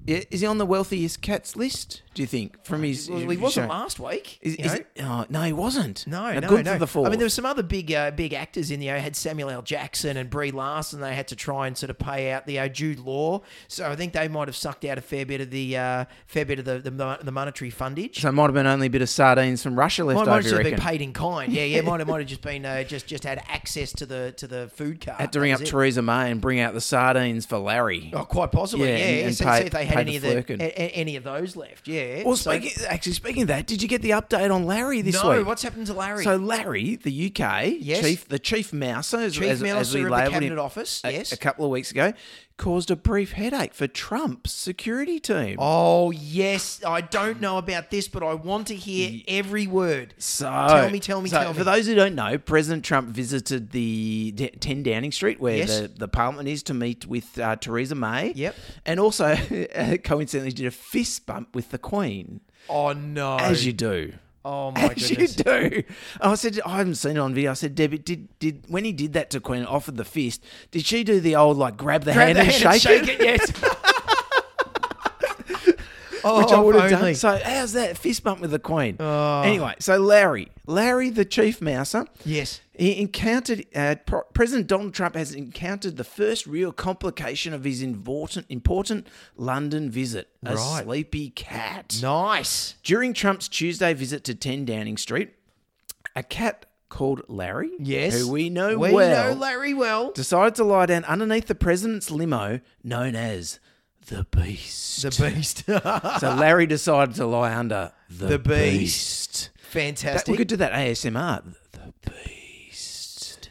C: yeah, is he on the wealthiest cats list? Do you think from his?
B: well, he wasn't
C: show-
B: last week.
C: Is,
B: you
C: is
B: know?
C: it, oh, no, he wasn't.
B: No,
C: Now,
B: no,
C: good
B: no.
C: for the fourth.
B: I mean, there were some other big, uh, big actors in the you know, had Samuel L. Jackson and Brie Larson. They had to try and sort of pay out the uh, Jude Law, so I think they might have sucked out a fair bit of the uh, fair bit of the the, mon- the monetary fundage.
C: so it might have been only a bit of sardines from Russia left
B: Might, might
C: over.
B: have
C: You
B: just
C: reckon?
B: been paid in kind. Yeah, yeah. Might have, might have just been uh, just just had access to the to the food card.
C: Had to ring
B: That
C: up
B: was it.
C: Theresa May and bring out the sardines for Larry.
B: Oh, quite possibly.
C: Yeah,
B: Yeah,
C: and-
B: yeah.
C: and
B: see,
C: pay-
B: see if they had
C: pay
B: any of
C: the
B: the,
C: flirkin.
B: a, a- any of those left. Yeah.
C: well,
B: So-
C: speaking, actually, speaking of that, did you get the update on Larry this
B: no,
C: week?
B: what's happened to Larry?
C: So Larry, the UK
B: Yes.
C: chief, the chief mouser, as,
B: Chief
C: as, as
B: Mouser of
C: we
B: the
C: labelled
B: Cabinet
C: him
B: Office,
C: a,
B: yes.
C: a couple of weeks ago, caused a brief headache for Trump's security team.
B: Oh yes, I don't know about this, but I want to hear every word.
C: So
B: Tell me, tell me,
C: so
B: tell
C: For
B: me.
C: those who don't know, President Trump visited the D- 10 Downing Street, where
B: Yes.
C: the, the Parliament is, to meet with uh, Theresa May.
B: Yep.
C: and also *laughs* uh, coincidentally did a fist bump with the Queen,
B: Oh no!
C: as you do.
B: oh my
C: *laughs* As you
B: goodness!
C: do. I said I haven't seen it on video. I said, Debbie, did did when he did that to Queen, offered the fist, did she do the old like grab the, hand,
B: the
C: and,
B: hand and
C: shake
B: shake
C: it? Yes. Which *laughs* I
B: Oh,
C: would have
B: if
C: done.
B: only. Oh.
C: So how's that fist bump with the Queen? Anyway, so Larry, Larry the chief mouser.
B: Yes.
C: He encountered uh, Pro- President Donald Trump has encountered the first real complication of his important important London visit. A
B: Right.
C: sleepy cat.
B: Nice.
C: During Trump's Tuesday visit to 10 Downing Street, a cat called Larry,
B: Yes.
C: who we know
B: We
C: well,
B: know Larry well.
C: decided to lie down underneath the president's limo known as the Beast.
B: The Beast. *laughs*
C: so Larry decided to lie under the,
B: The Beast.
C: Beast. That, we
B: Fantastic.
C: could do that ASMR. The Beast.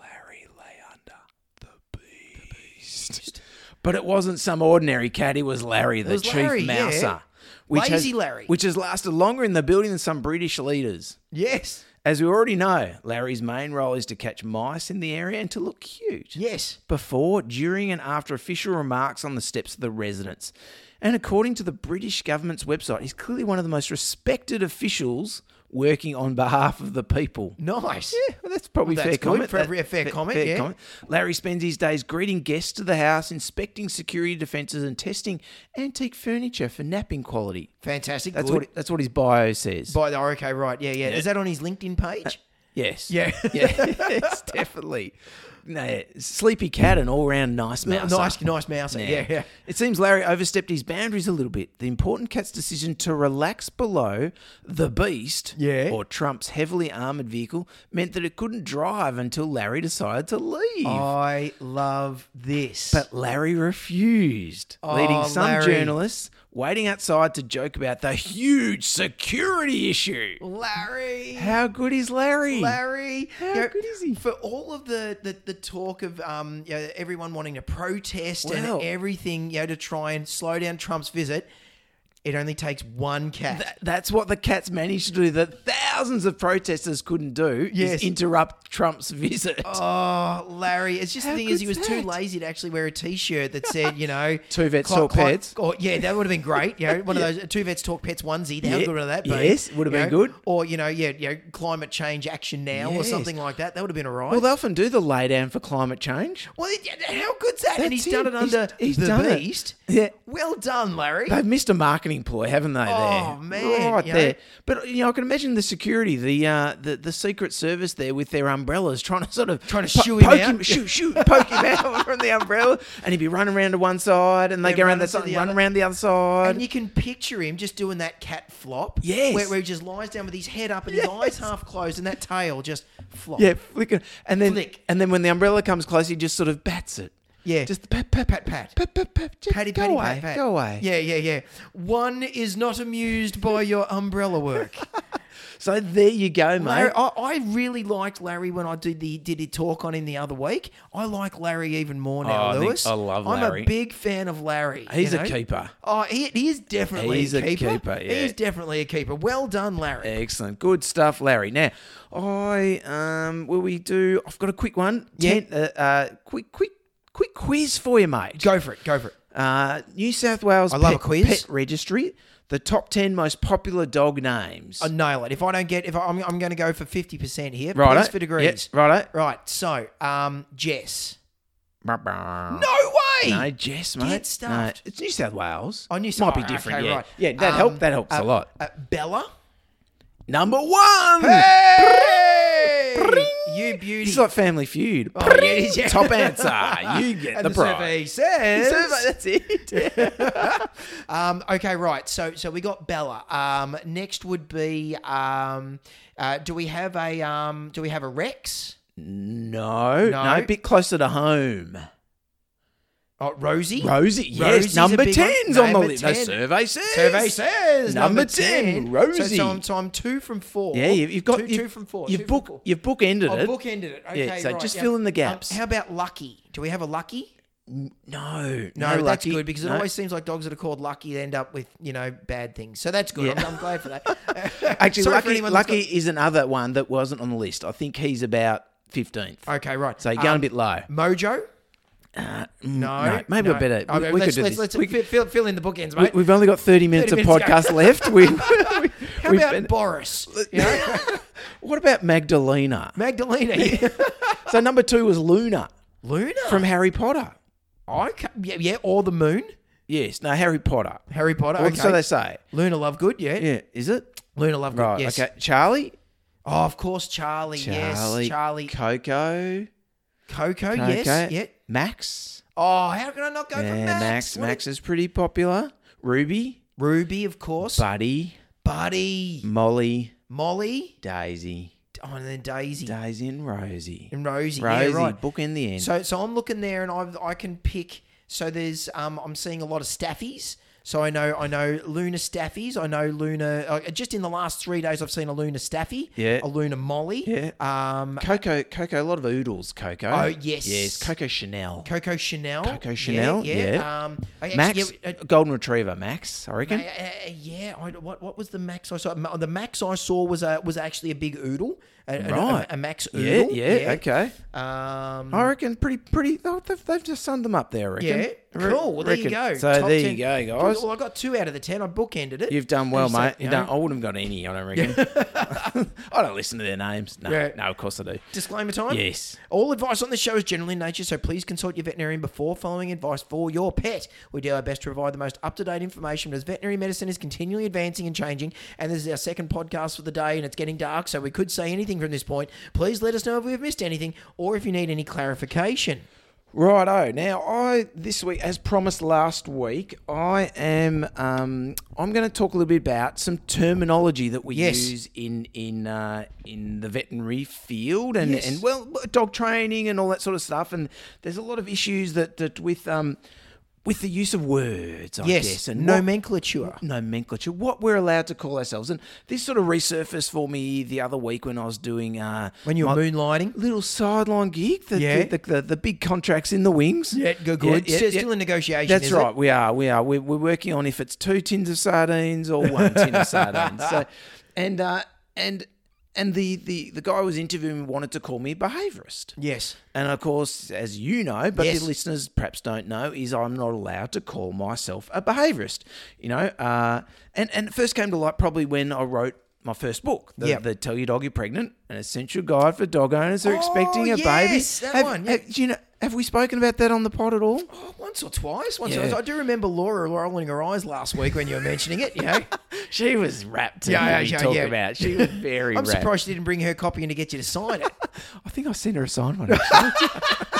C: Larry lay under the Beast. But it wasn't some ordinary cat. It was Larry, the
B: was
C: chief
B: Larry, yeah.
C: mouser.
B: Lazy Larry.
C: Which has lasted longer in the building than some British leaders.
B: Yes.
C: As we already know, Larry's main role is to catch mice in the area and to look cute.
B: Yes.
C: Before, during, and after official remarks on the steps of the residents. And according to the British government's website, he's clearly one of the most respected officials working on behalf of the people.
B: Nice.
C: Yeah, well, that's probably
B: Well,
C: fair
B: that's good.
C: comment.
B: Fair- fair comment, yeah.
C: Larry spends his days greeting guests to the house, inspecting security defences, and testing antique furniture for napping quality.
B: Fantastic.
C: That's
B: good.
C: what that's what his bio says.
B: By the oh, okay, right. Yeah, yeah, Is that on his LinkedIn page?
C: yes.
B: Yeah.
C: *laughs* yes, definitely. No, sleepy cat and all round nice mouse.
B: nice, nice mouse. Yeah, yeah.
C: It seems Larry overstepped his boundaries a little bit. The important cat's decision to relax below the beast,
B: Yeah.
C: or Trump's heavily armored vehicle, meant that it couldn't drive until Larry decided to leave.
B: I love this.
C: But Larry refused, leading
B: Oh,
C: some
B: Larry.
C: journalists waiting outside to joke about the huge security issue.
B: Larry.
C: How good is Larry?
B: Larry.
C: How good is he?
B: For all of the the, the talk of um, you know, everyone wanting to protest
C: Wow.
B: and everything, you know, to try and slow down Trump's visit, it only takes one cat.
C: That- That's what the cats managed to do that thousands of protesters couldn't do is
B: Yes.
C: interrupt Trump's *laughs* visit.
B: Oh, Larry! It's just
C: How
B: the thing is, he was
C: good's
B: too
C: that?
B: lazy to actually wear a T-shirt that said, you know,
C: *laughs* Two vets
B: cli-
C: talk
B: cli-
C: pets.
B: Or yeah, that would have been great. You know, one
C: *laughs*
B: of those two vets talk pets onesie. How
C: Yeah.
B: good would that? be?
C: Yes, would have
B: You
C: been
B: know,
C: good.
B: Or you know, yeah, you know, climate change action now or
C: Yes.
B: something like that. That would have been alright.
C: Well, they often do the lay down for climate change.
B: Well, it- yeah, how good's that?
C: That's
B: and he's done
C: it.
B: it under
C: He's- he's
B: the
C: done it.
B: beast.
C: Yeah.
B: Well done, Larry.
C: They've missed a marketing ploy, haven't they?
B: Oh,
C: there?
B: man,
C: right
B: you
C: there.
B: know.
C: But you know, I can imagine the security, the uh, the the Secret Service there with their umbrellas, trying to sort of
B: Trying to
C: po-
B: shoo him
C: poke
B: out.
C: him, shoo, shoo, poke him *laughs* out from the umbrella, and he'd be running around to one side, and they
B: Then
C: go around
B: run
C: that
B: to
C: side,
B: the
C: run
B: other.
C: around the other side.
B: And you can picture him just doing that cat flop.
C: Yes.
B: Where, where he just lies down with his head up and his
C: Yes.
B: eyes half closed and that tail just flop.
C: yeah, flick it. and then
B: Flick.
C: and then when the umbrella comes close, he just sort of bats it.
B: Yeah.
C: Just the pat, pat, pat, pat. Pat, pat, pat. Just
B: Patty,
C: go
B: patty,
C: away.
B: pat, pat.
C: Go away.
B: Yeah, yeah, yeah. One is not amused by your umbrella
C: *laughs*
B: work.
C: So there you go, mate.
B: Larry, I, I really liked Larry when I did the did a talk on him the other week. I like Larry even more now,
C: Oh, I think-
B: Lewis.
C: I love
B: I'm a
C: Larry.
B: big fan of Larry. you
C: He's a
B: know?
C: keeper.
B: Oh, he, he is definitely
C: He's
B: a
C: a
B: keeper.
C: keeper,
B: He
C: yeah.
B: is definitely a keeper. Well done, Larry.
C: Excellent. Good stuff, Larry. Now, I um will we do I've got a quick one.
B: Yeah.
C: Ten, uh, uh quick quick quick quiz for you, mate.
B: Go for it. Go for it.
C: Uh New South Wales
B: I love
C: pet,
B: a quiz.
C: pet registry, the top 10 most popular dog names.
B: I nail it. If I don't get, if I, I'm, I'm going to go for fifty percent here.
C: Righto.
B: Please for degrees.
C: Yep, righto.
B: Right. So, um, Jess.
C: No.
B: No way.
C: No, Jess, mate.
B: Get stuffed.
C: No, it's New South Wales.
B: Oh, New
C: Might
B: South-
C: be
B: oh,
C: different.
B: okay,
C: yeah,
B: right.
C: yeah that
B: Um,
C: help. That helps a lot.
B: Uh, Bella.
C: Number one.
B: Hey! You beauty.
C: It's like Family Feud.
B: Oh, yeah, it is, yeah.
C: Top answer. You
B: *laughs*
C: get
B: and
C: the,
B: the
C: prize.
B: survey says. *laughs*
C: Survey, that's *laughs* it.
B: Um, okay, right. So, so we got Bella. Um, next would be. Um, uh, do we have a? Um, do we have a Rex?
C: no, no,
B: No.
C: a bit closer to home.
B: Oh, Rosie.
C: Rosie, yes,
B: Rosie's a
C: number
B: big one.
C: 10's on the
B: Number
C: list. No,
B: 10.
C: survey says.
B: Survey says
C: Number
B: number, 10,
C: 10,
B: So,
C: Rosie.
B: so, I'm, so I'm two from four.
C: Yeah, you, you've got
B: two,
C: you've,
B: two from four.
C: You've
B: two from
C: book,
B: four.
C: you've bookended
B: Oh,
C: it.
B: bookended it. Okay,
C: Yeah, so
B: right,
C: just
B: yeah.
C: fill in the gaps.
B: Um, how about Lucky? Do we have a Lucky?
C: no,
B: No,
C: no,
B: that's
C: lucky.
B: good because it
C: No.
B: always seems like dogs that are called Lucky end up with you know bad things. So that's good.
C: Yeah.
B: I'm, I'm glad for that.
C: *laughs*
B: *laughs*
C: Actually,
B: Sorry for
C: lucky,
B: anyone that's
C: lucky is another one that wasn't on the list. I think he's about fifteenth.
B: got- okay, right. Um,
C: So you're going a bit low.
B: Mojo. no,
C: mm, no, maybe
B: no.
C: I better- we-
B: Okay,
C: we could
B: let's,
C: do
B: let's,
C: this.
B: let's
C: We
B: fi- fill, fill in the bookends,
C: We,
B: mate.
C: we've only got thirty minutes
B: 30
C: of
B: minutes
C: podcast *laughs* left. We, we
B: *laughs* How
C: we've
B: about
C: been- *laughs*
B: Boris? You know?
C: what about Magdalena?
B: *laughs* Magdalena,
C: So number two was Luna
B: Luna
C: from Harry Potter.
B: Okay, yeah, yeah, or the Moon,
C: Yes, no Harry Potter.
B: Harry Potter.
C: Or
B: Okay.
C: So they say.
B: Luna Lovegood, yeah,
C: Yeah, is it
B: Luna Lovegood.
C: right?
B: yes.
C: Okay, Charlie.
B: Oh, of course, Charlie. Yes, Charlie.
C: Coco.
B: Coco.
C: Okay.
B: Yes. Yeah.
C: Max.
B: Oh, how can I not go for
C: Yeah,
B: Max?
C: Max.
B: What a-
C: Max is pretty popular. Ruby.
B: Ruby, of course.
C: Buddy.
B: Buddy,
C: Molly.
B: Molly,
C: Daisy.
B: oh, and then Daisy
C: Daisy and Rosie.
B: and Rosie.
C: Rosie.
B: Yeah, right.
C: Book in the end.
B: So, so I'm looking there, and I I can pick. So there's um I'm seeing a lot of staffies. So I know I know Luna staffies. I know Luna. Uh, just in the last three days, I've seen a Luna staffy.
C: Yeah.
B: A Luna Molly.
C: Yeah.
B: Um,
C: Coco. Coco. A lot of oodles. Coco.
B: Oh, yes.
C: Yes. Coco Chanel.
B: Coco Chanel.
C: Coco Chanel, yeah.
B: Um, I actually-
C: Max.
B: Yeah, uh,
C: Golden Retriever. Max. I reckon.
B: Uh, uh, yeah, I, what what was the max I saw? Ma- The max I saw was a was actually a big oodle, a, a- a-
C: Right.
B: a, max
C: yeah,
B: oodle.
C: yeah. Okay.
B: Um,
C: I reckon pretty, pretty. oh, They've, they've just sunned them up there. I reckon.
B: yeah,
C: I re-
B: cool. Well, there you
C: reckon.
B: go.
C: So
B: Top
C: there
B: 10.
C: you go,
B: Good.
C: guys.
B: Well, I got two out of the ten. I bookended it.
C: You've done well,
B: Just so
C: mate.
B: you
C: You don't,
B: know.
C: I wouldn't have got any. I don't reckon. *laughs* I don't listen to their names. No,
B: Yeah.
C: no, of course I do.
B: Disclaimer time.
C: Yes.
B: All advice on this show is general in nature, so please consult your veterinarian before following advice for your pet. We do our best to provide the most up to date information, but as veterinary medicine is continually advancing and changing, and this is our second podcast for the day, and it's getting dark, so we could say anything from this point. Please let us know if we've missed anything or if you need any clarification.
C: Righto. Now, I this week, as promised last week, I am um, I'm going to talk a little bit about some terminology that we
B: Yes.
C: use in in uh, in the veterinary field and
B: Yes.
C: and well, dog training and all that sort of stuff. And there's a lot of issues that that with um with the use of words, I
B: Yes.
C: guess, and what-
B: nomenclature.
C: nomenclature, what we're allowed to call ourselves. And this sort of resurfaced for me the other week when I was doing uh,
B: when you're
C: my
B: moonlighting.
C: little sideline gig, the,
B: Yeah.
C: the, the, the, the big contracts in the wings.
B: Yeah, go good. Still- still in negotiation,
C: That's
B: is it?
C: right. We are. We are. We're, we're working on if it's two tins of sardines or one tin
B: *laughs*
C: of sardines. So, and uh, and and the, the the guy who was interviewing me wanted to call me a behaviourist.
B: Yes.
C: And of course, as you know, but
B: Yes.
C: the listeners perhaps don't know, is I'm not allowed to call myself a behaviourist. You know, uh, and and it first came to light probably when I wrote my first book, the,
B: Yep.
C: the "Tell Your Dog You're Pregnant," an essential guide for dog owners who are expecting
B: Oh,
C: a baby.
B: yes, that
C: have,
B: one, yeah.
C: have- do you know? Have we spoken about that on the pod at all?
B: Oh, once or twice. Once or
C: Yeah.
B: twice. I do remember Laura rolling her eyes last week when you were mentioning it, you
C: *laughs*
B: know.
C: She was wrapped.
B: Yeah, yeah,
C: Yeah,
B: yeah,
C: yeah, talk
B: yeah.
C: about. She was *laughs* very.
B: I'm
C: wrapped.
B: surprised she didn't bring her copy in to get you to sign
C: *laughs*
B: it.
C: I think I sent her a signed one. Actually.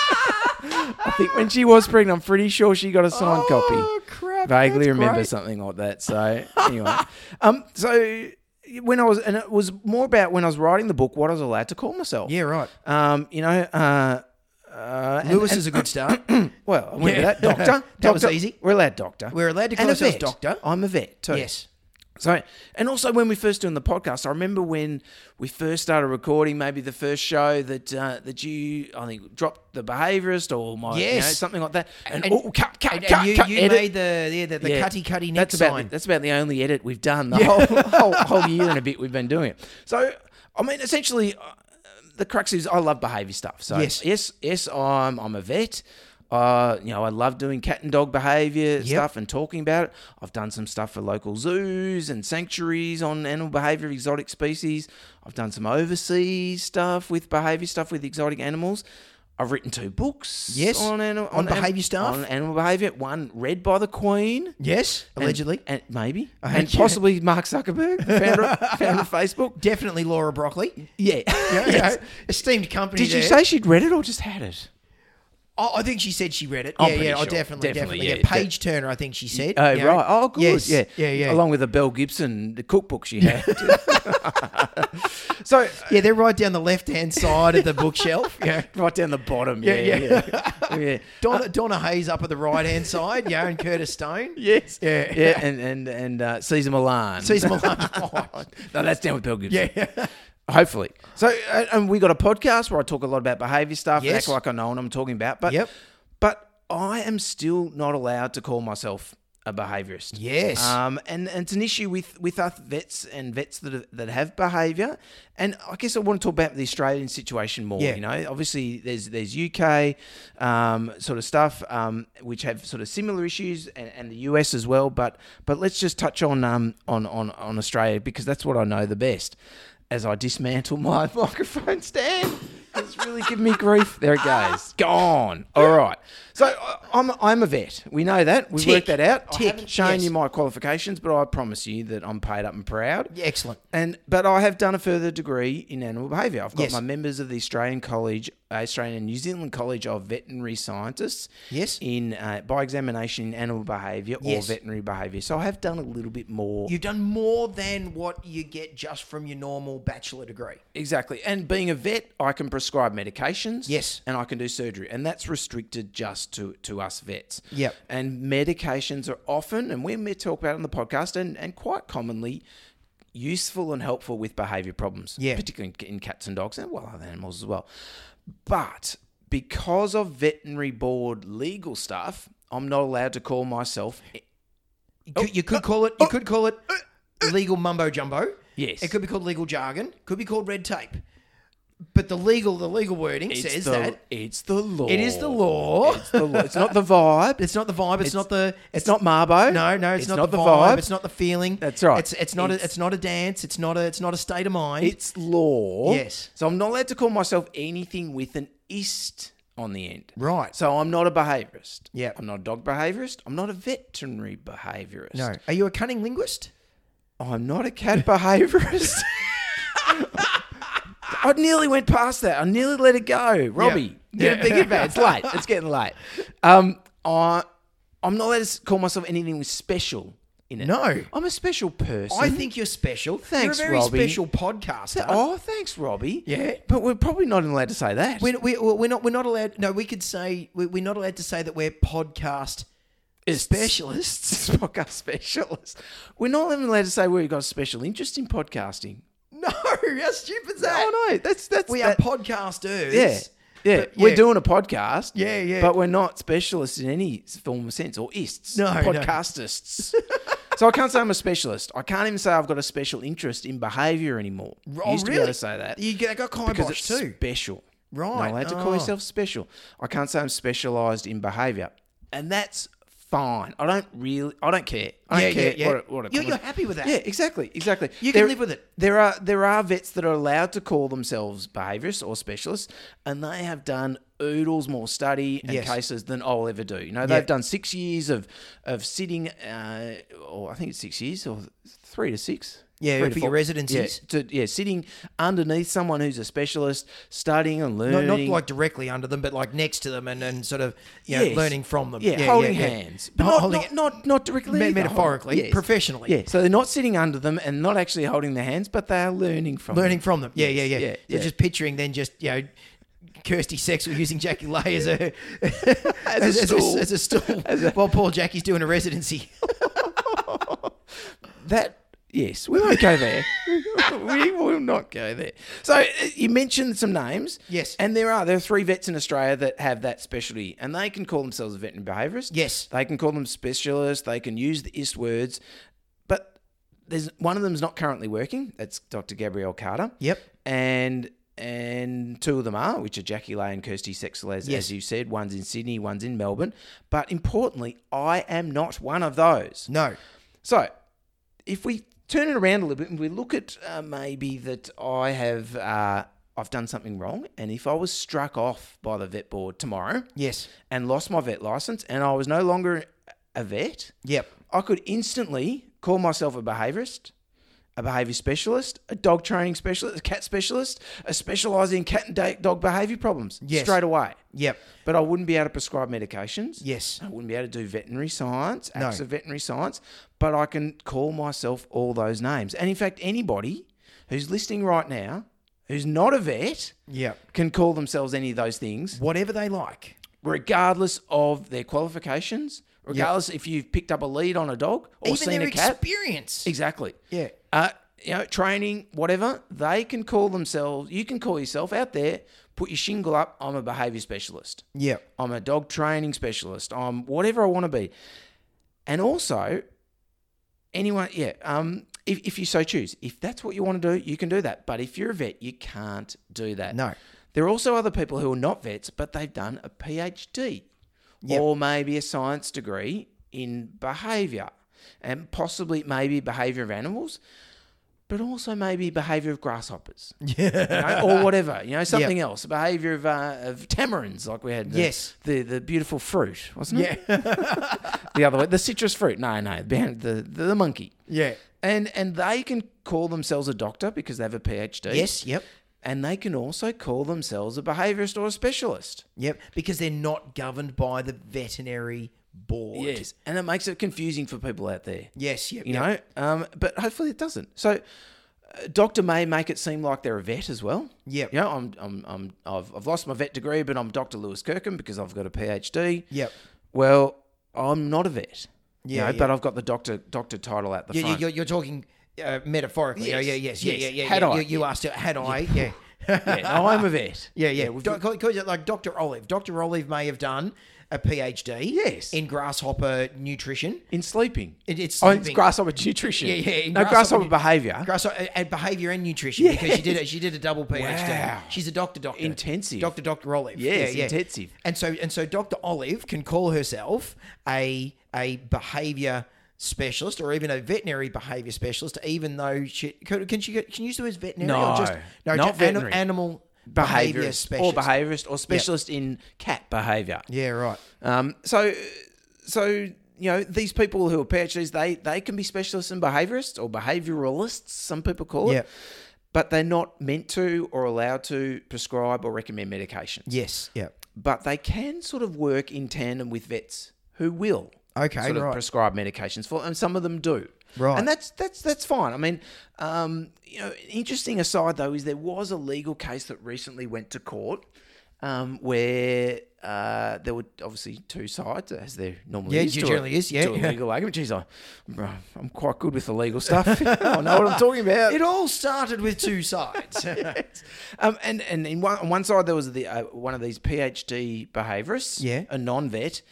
C: *laughs* I think when she was pregnant, I'm pretty sure she got a signed copy.
B: Oh, crap,
C: Vaguely
B: that's
C: remember
B: great.
C: something like that. So anyway, *laughs* um, so when I was, and it was more about when I was writing the book, what I was allowed to call myself.
B: Yeah, right.
C: Um, you know, uh, Uh, and-
B: Lewis
C: and-
B: is a good
C: *coughs*
B: start.
C: well, I went
B: Yeah.
C: with that.
B: *laughs*
C: Doctor.
B: That
C: doctor.
B: was easy.
C: We're allowed doctor.
B: We're allowed to call
C: And a
B: ourselves
C: vet.
B: doctor.
C: I'm a vet too.
B: yes.
C: So, and also when we first doing the podcast, I remember when we first started recording, maybe the first show that uh, that you, I think, dropped the behaviourist or my, you know,
B: Yes.
C: something like that. And,
B: And-
C: oh, cut, cut,
B: And,
C: cut,
B: and you,
C: cut,
B: you
C: edit.
B: made the yeah, the, the
C: Yeah.
B: cutty cutty neck
C: that's
B: sign.
C: About, that's about the only edit we've done the
B: *laughs*
C: whole, whole whole year and a bit we've been doing it. So, I mean, essentially, uh, the crux is I love behaviour stuff. So
B: Yes.
C: yes, yes, I'm I'm a vet. Uh, you know, I love doing cat and dog behaviour stuff and talking about it. I've done some stuff for local zoos and sanctuaries on animal behaviour of exotic species. I've done some overseas stuff with behaviour stuff with exotic animals. I've written two books
B: Yes.
C: on animal
B: On behaviour stuff.
C: on animal behaviour. One read by the Queen.
B: yes,
C: And-
B: allegedly.
C: and maybe,
B: Uh,
C: and
B: yeah.
C: possibly Mark Zuckerberg, founder, *laughs* of- founder of Facebook.
B: Definitely Laura
C: *laughs*
B: Broccoli. *laughs*
C: Yeah.
B: Yeah, you
C: Yes.
B: know, esteemed company.
C: Did you
B: there.
C: say she'd read it or just had it?
B: I, I think she said she read it.
C: I'm
B: yeah,
C: pretty
B: yeah, oh,
C: sure.
B: definitely,
C: Definitely,
B: definitely.
C: yeah,
B: yeah. Page Turner, I think she said.
C: Oh
B: you know.
C: right. Oh good.
B: Yes.
C: Yeah.
B: yeah, yeah.
C: Along with the Bell Gibson the cookbook she had. *laughs* so
B: yeah, they're right down the left hand side of the bookshelf. Yeah.
C: *laughs* right down the bottom. Yeah.
B: Yeah,
C: Yeah. Yeah. *laughs* Yeah.
B: Donna, Donna Hayes up at the right hand side, yeah, and Curtis Stone.
C: *laughs* Yes.
B: Yeah.
C: Yeah.
B: *laughs*
C: And and and uh, Caesar Milan.
B: Caesar Milan.
C: *laughs*
B: Oh,
C: No, that's down with Bell Gibson.
B: yeah.
C: Hopefully. So, uh, and we got a podcast where I talk a lot about behaviour stuff and
B: Yes.
C: act like I know what I'm talking about. But,
B: Yep.
C: but I am still not allowed to call myself a behaviourist.
B: Yes.
C: Um, and, and it's an issue with, with us vets and vets that, have- that have behaviour. And I guess I want to talk about the Australian situation more.
B: Yeah.
C: You know, obviously there's there's UK um, sort of stuff um, which have sort of similar issues and, and the US as well. But but let's just touch on um, on, on on Australia because that's what I know the best. As I dismantle *laughs* my microphone stand, it's really giving me grief. There
B: *laughs*
C: it goes, gone. All right. So I- I'm I'm a vet. We know that. We
B: Tick.
C: worked that out. I
B: Tick.
C: haven't shown
B: Yes.
C: you my qualifications, but I promise you that I'm paid up and proud.
B: Yeah, excellent.
C: And but I have done a further degree in animal behaviour. I've got
B: Yes.
C: my members of the Australian College, uh, Australian and New Zealand College of Veterinary Scientists.
B: Yes.
C: In uh, by examination in animal behaviour
B: Yes.
C: or veterinary behaviour. So I have done a little bit more.
B: You've done more than what you get just from your normal bachelor degree.
C: exactly. And being a vet, I can prescribe medications.
B: Yes.
C: And I can do surgery, and that's restricted just to to us vets.
B: Yep.
C: And medications are often, and we may talk about it on the podcast, and and quite commonly. Useful and helpul with behavior problems,
B: Yeah.
C: particularly in, in cats and dogs and well other animals as well. But because of veterinary board legal stuff, I'm not allowed to call myself.
B: You
C: Oh,
B: could, you
C: uh,
B: could call it. You could call it legal mumbo jumbo.
C: Yes,
B: It could be called legal jargon. Could be called red tape. But the legal, the legal wording
C: it's
B: says
C: the,
B: that
C: it's the law.
B: it is the law.
C: It's the law. It's not the vibe.
B: *laughs*
C: It's,
B: It's not the vibe. It's, not the. It's,
C: not Marbo.
B: No, no. It's, not, the, vibe. It's not the feeling.
C: That's right.
B: It's it's not
C: It's-
B: a, it's not a dance. It's not a it's not a state of mind.
C: It's law.
B: Yes.
C: So I'm not allowed to call myself anything with an ist on the end.
B: Right.
C: So I'm not a behaviorist.
B: Yep.
C: I'm not a dog behaviorist. I'm not a veterinary behaviorist.
B: no. Are you a cunning linguist?
C: I'm not a cat
B: *laughs*
C: *laughs* behaviorist. I nearly went past that. I nearly let it go. Robbie, get a
B: Yeah.
C: big advance. It's late. It's getting late. Um, I, I'm not allowed to s- call myself anything with special in it.
B: No.
C: I'm a special person.
B: I think you're special.
C: Thanks,
B: You're a very
C: Robbie.
B: special podcaster.
C: *laughs* Oh, thanks, Robbie.
B: Yeah.
C: But we're probably not allowed to say that.
B: We're, we, we're not we're not allowed. No, we could say we- we're not allowed to say that we're podcast
C: *laughs*
B: specialists.
C: podcast specialists. We're not even allowed to say we've got a special interest in podcasting.
B: *laughs* No, how stupid's that?
C: Oh no, that's that's
B: We
C: that-
B: are podcasters.
C: yeah. Yeah,
B: But,
C: we're
B: yeah.
C: doing a podcast.
B: Yeah, yeah.
C: But we're not specialists in any form of sense or ists.
B: No, no.
C: podcastists. *laughs* so I can't say I'm a specialist. I can't even say I've got a special interest in behaviour anymore. I
B: Oh,
C: used to be
B: really?
C: able to say that
B: You got got
C: because
B: kiboshed
C: it's
B: too.
C: special.
B: Right.
C: Not allowed to
B: Oh.
C: call yourself special. I can't say I'm specialised in behaviour, and that's fine. I don't really. I don't care. I don't
B: Yeah, yeah,
C: care
B: yeah.
C: what. A, what a
B: You're- you're
C: comment-
B: happy with that.
C: Yeah, exactly, exactly.
B: You can live with it.
C: There are there are vets that are allowed to call themselves behaviourists or specialists, and they have done oodles more study and
B: Yes.
C: cases than I'll ever do. You know, they've done six years of of sitting, uh, or I think it's six years or three to six.
B: Yeah,
C: Three
B: for your residencies.
C: Yeah, to, yeah, sitting underneath someone who's a specialist, studying and
B: Not,
C: learning.
B: not like directly under them, but like next to them, and, and sort of you know,
C: Yes.
B: learning from them.
C: Yeah, holding hands, but
B: Not
C: not,
B: holding
C: not, not, not directly.
B: Me-
C: either.
B: metaphorically,
C: Holding-
B: professionally.
C: Yeah, so they're not sitting under them and not actually holding their hands, but they are learning from
B: learning
C: Them.
B: from them. Yeah, yeah, yeah.
C: yeah,
B: They're
C: yeah.
B: just picturing, then just you know, Kirsty Sexel using Jackie Lay as a *laughs* as, as, as
C: stool.
B: a, as a
C: *laughs*
B: stool while poor Jackie's doing a residency. *laughs*
C: That yes, we won't
B: *laughs*
C: go there. we will not go there. So uh, you mentioned some names,
B: Yes.
C: and there are there are three vets in Australia that have that specialty, and they can call themselves a veterinary behaviourist.
B: Yes.
C: they can call them specialists. They can use the ist words, but there's one of them's not currently working. That's Dr. Gabrielle Carter.
B: Yep.
C: and. And two of them are, which are Jackie Lay and Kirsty Sexel, as,
B: Yes.
C: as you said. One's in Sydney, one's in Melbourne. But importantly, I am not one of those.
B: No.
C: So, if we turn it around a little bit and we look at uh, maybe that I have uh, I've done something wrong, and if I was struck off by the vet board tomorrow
B: Yes.
C: and lost my vet license, and I was no longer a vet,
B: Yep.
C: I could instantly call myself a behaviourist. A behaviour specialist, a dog training specialist, a cat specialist, a specialising in cat and da- dog behaviour problems
B: Yes.
C: straight away.
B: Yep.
C: But I wouldn't be able to prescribe medications.
B: Yes.
C: I wouldn't be able to do veterinary science,
B: No.
C: acts of veterinary science, but I can call myself all those names. And in fact, anybody who's listening right now who's not a vet
B: Yep.
C: can call themselves any of those things,
B: Whatever they like.
C: regardless of their qualifications, regardless if you've picked up a lead on a dog or
B: Even
C: seen
B: their
C: a cat.
B: experience.
C: Exactly.
B: Yeah.
C: Uh, you know, training, whatever, they can call themselves, you can call yourself out there, put your shingle up, I'm a behavior specialist.
B: Yep.
C: I'm a dog training specialist. I'm whatever I want to be. And also, anyone, yeah, um, if, if you so choose, if that's what you want to do, you can do that. But if you're a vet, you can't do that.
B: No.
C: There are also other people who are not vets, but they've done a PhD
B: Yep.
C: or maybe a science degree in behavior and possibly maybe behavior of animals, but also maybe behavior of
B: *laughs*
C: grasshoppers you know, or whatever, you know, something else. The behavior of, uh, of tamarins, like we had. The,
B: Yes.
C: The, the beautiful fruit, wasn't it?
B: Yeah. *laughs*
C: The other way, the citrus fruit. No, no, the, the, the monkey.
B: yeah.
C: And, and they can call themselves a doctor because they have a PhD.
B: Yes. Yep.
C: And they can also call themselves a behaviorist or a specialist.
B: Yep. Because they're not governed by the veterinary board.
C: Yes. And it makes it confusing for people out there.
B: Yes. Yep.
C: You
B: yep.
C: know, um, but hopefully it doesn't. So, uh, doctor may make it seem like they're a vet as well.
B: Yep.
C: You know, I'm, I'm, I'm, I've, I've lost my vet degree, but I'm Dr. Lewis Kirkham because I've got a PhD.
B: Yep.
C: Well, I'm not a vet. you
B: Yeah,
C: know,
B: yeah.
C: But I've got the doctor doctor title at the
B: Yeah, yeah,
C: front.
B: you're, you're talking uh, metaphorically.
C: Yes,
B: Yes, yeah, yes, yeah,
C: yes.
B: yeah, yeah.
C: Had
B: yeah,
C: I.
B: You, you asked, had I? Yeah.
C: *laughs* Yeah, no, I'm a vet.
B: Yeah, yeah.
C: we've-
B: Do- call- call it like Dr. Olive. Dr. Olive may have done a PhD
C: Yes.
B: in grasshopper nutrition.
C: in sleeping.
B: It, it's
C: Oh, it's
B: sleeping.
C: grasshopper nutrition.
B: Yeah, yeah, in
C: No,
B: grasshopper-
C: grasshopper, behaviour.
B: Grasshopper and behaviour uh, and nutrition because she did it. She did a double PhD.
C: Wow.
B: She's a doctor, doctor,
C: Intensive.
B: doctor, doctor Olive.
C: Yes, intensive.
B: And so and so, Doctor Olive can call herself a a behaviour specialist or even a veterinary behaviour specialist, even though she can can she can you use the word veterinary
C: No,
B: or just
C: not
B: just
C: veterinary.
B: animal behaviour
C: behaviourist or
B: specialist
C: behaviourist or specialist in cat behaviour.
B: Yeah, right.
C: Um, so, so you know these people who are PhDs, they they can be specialists in behaviourists or behaviouralists. Some people call
B: Yeah.
C: it, but they're not meant to or allowed to prescribe or recommend medication.
B: Yes. Yeah.
C: But they can sort of work in tandem with vets who will
B: Okay,
C: sort of
B: right.
C: prescribe medications for, and some of them do.
B: Right.
C: and that's that's that's fine. I mean, um, you know, an interesting aside though is there was a legal case that recently went to court um, where uh, there were obviously two sides, as there normally
B: Yeah,
C: is.
B: it
C: to a-
B: generally is, yeah.
C: to a legal argument. Jeez, I, bro, I'm quite good with the legal stuff. *laughs* I know what I'm talking about.
B: It all started with two
C: *laughs*
B: sides.
C: Um, and and in one, on one side there was the uh, one of these PhD behaviourists,
B: Yeah.
C: a non-vet,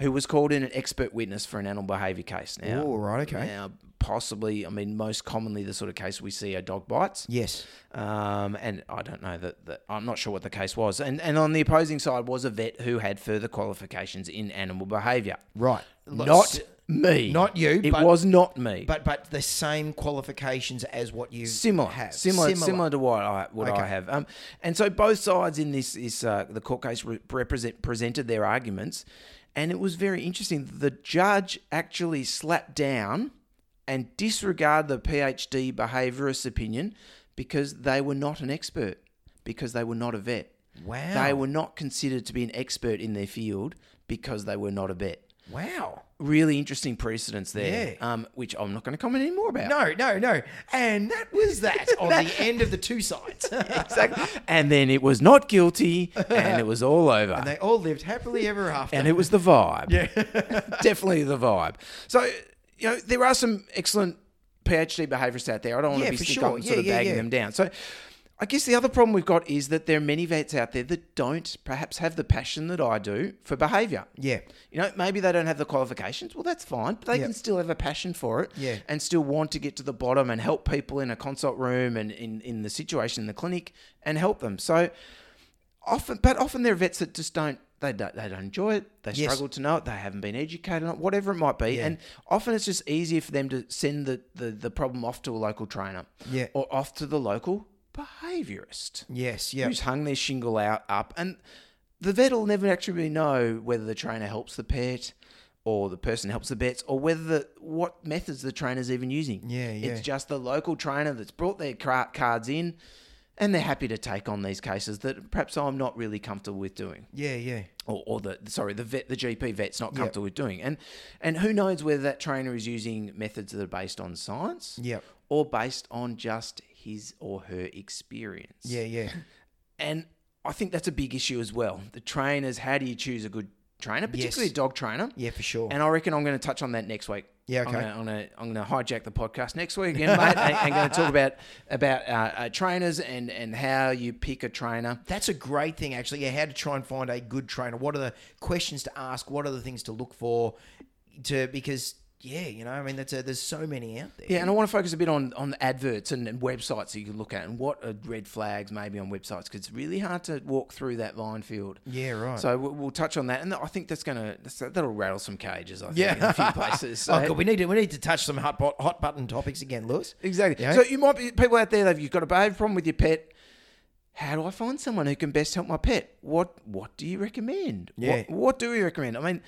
C: who was called in an expert witness for an animal behaviour case. Now,
B: Oh, right, okay.
C: Now, possibly, I mean, most commonly the sort of case we see are dog bites.
B: yes.
C: Um, and I don't know that, that I'm not sure what the case was. And and on the opposing side was a vet who had further qualifications in animal behaviour.
B: Right.
C: Not me.
B: Not you,
C: It
B: but-
C: was not me.
B: but but the same qualifications as what you
C: similar,
B: have.
C: similar, similar, to what I what I have. Um, and so both sides in this is uh, the court case re- represent presented their arguments, and it was very interesting. The judge actually slapped down and disregarded the PhD behaviourist's opinion because they were not an expert, because they were not a vet.
B: Wow.
C: They were not considered to be an expert in their field because they were not a vet.
B: Wow.
C: Really interesting precedents there,
B: Yeah.
C: um, which I'm not going to comment any more about.
B: No, no, no. And that was
C: *laughs*
B: that on the end of the two sides. *laughs*
C: exactly. And then it was not guilty, and it was all over.
B: and they all lived happily ever after.
C: and it was the vibe. Yeah, *laughs* definitely the vibe. So you know there are some excellent PhD behaviourists out there. I don't want
B: Yeah,
C: to be
B: for
C: sure.
B: sure.
C: and
B: Yeah,
C: sort of
B: yeah,
C: bagging
B: yeah.
C: them down. So I guess the other problem we've got is that there are many vets out there that don't perhaps have the passion that I do for behaviour.
B: Yeah.
C: You know, maybe they don't have the qualifications. Well, that's fine. But they
B: Yeah.
C: can still have a passion for it
B: Yeah.
C: and still want to get to the bottom and help people in a consult room and in, in the situation in the clinic and help them. So often, but often there are vets that just don't. They don't, they don't enjoy it. They
B: Yes.
C: struggle to know it. They haven't been educated on it, whatever it might be. And often it's just easier for them to send the, the, the problem off to a local trainer
B: Yeah.
C: or off to the local behaviourist
B: yes, yeah.
C: who's hung their shingle out up and the vet will never actually really know whether the trainer helps the pet or the person helps the vets or whether the, what methods the trainer's even using
B: Yeah, yeah.
C: it's just the local trainer that's brought their car- cards in and they're happy to take on these cases that perhaps i'm not really comfortable with doing
B: Yeah, yeah.
C: or, or the sorry the vet the gp vet's not comfortable with doing and and who knows whether that trainer is using methods that are based on science
B: Yep.
C: or based on just his or her experience
B: Yeah, yeah.
C: and I think that's a big issue as well. The trainers, how do you choose a good trainer, particularly a dog trainer?
B: Yeah, for sure.
C: And I reckon I'm going to touch on that next week.
B: Yeah, okay.
C: I'm going to, I'm going to, I'm going to hijack the podcast next
B: *laughs*
C: week again, mate. and, and going to talk about about uh, uh, trainers and and how you pick a trainer.
B: That's a great thing, actually. Yeah, how to try and find a good trainer. What are the questions to ask? What are the things to look for? To because yeah, you know, I mean, that's a, there's so many out there.
C: Yeah, and I want to focus a bit on on the adverts and, and websites that you can look at and what are red flags maybe on websites because it's really hard to walk through that minefield.
B: Yeah, right.
C: So we'll, we'll touch on that, and I think that's going to that's, that'll rattle some cages. I think, in
B: yeah, *laughs*
C: a few places. So-
B: oh, God, we need to we need to touch some hot bot, hot button topics again, Lewis.
C: Exactly.
B: Yeah.
C: So you might be people out there that you've got a behavior problem with your pet. How do I find someone who can best help my pet? What What do you recommend?
B: Yeah.
C: What, what do we recommend? I mean,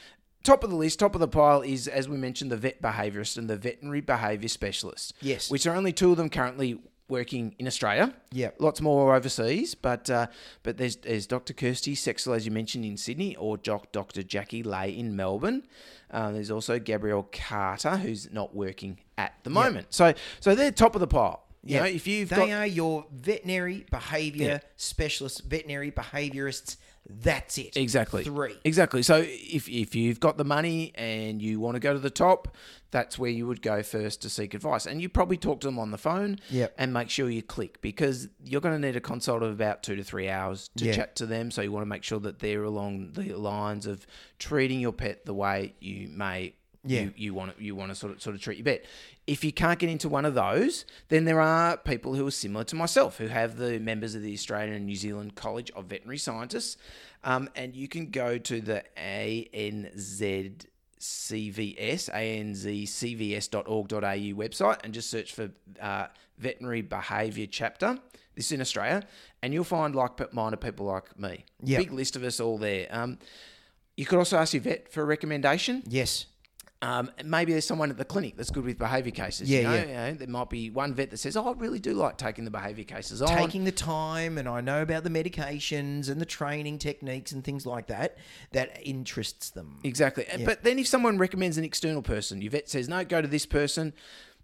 C: top of the list, top of the pile is as we mentioned the vet behaviorist and the veterinary behavior specialist.
B: Yes.
C: Which are only two of them currently working in Australia.
B: Yep.
C: Lots more overseas, but uh, but there's there's Dr. Kirsty Sexel, as you mentioned, in Sydney, or Doc, Dr. Jackie Lay in Melbourne. Uh, there's also Gabrielle Carter, who's not working at the moment. So so they're top of the pile. You
B: Yeah.
C: know, if you've
B: they
C: got
B: are your veterinary behaviour
C: Yeah.
B: specialists, veterinary behaviourists. That's it.
C: Exactly.
B: Three.
C: Exactly. So if if you've got the money and you want to go to the top, that's where you would go first to seek advice. And you probably talk to them on the phone
B: Yep.
C: and make sure you click because you're going to need a consult of about 2 to 3 hours to
B: Yeah.
C: chat to them, so you want to make sure that they're along the lines of treating your pet the way you may
B: Yeah.
C: you, you want to, you want to sort of sort of treat your pet. If you can't get into one of those, then there are people who are similar to myself who have the members of the Australian and New Zealand College of Veterinary Scientists, um, and you can go to the ANZ. CVS, anzcvs.org.au website and just search for uh, veterinary behaviour chapter. This is in Australia, and you'll find like minded people like me.
B: Yeah.
C: Big list of us all there. Um, you could also ask your vet for a recommendation.
B: Yes.
C: Um, and maybe there's someone at the clinic that's good with behaviour cases. you
B: Yeah,
C: know?
B: yeah.
C: You know, there might be one vet that says, "Oh, I really do like taking the behaviour cases on."
B: taking the time and I know about the medications and the training techniques and things like that that interests them.
C: exactly. And- But then, if someone recommends an external person, your vet says, "No, go to this person."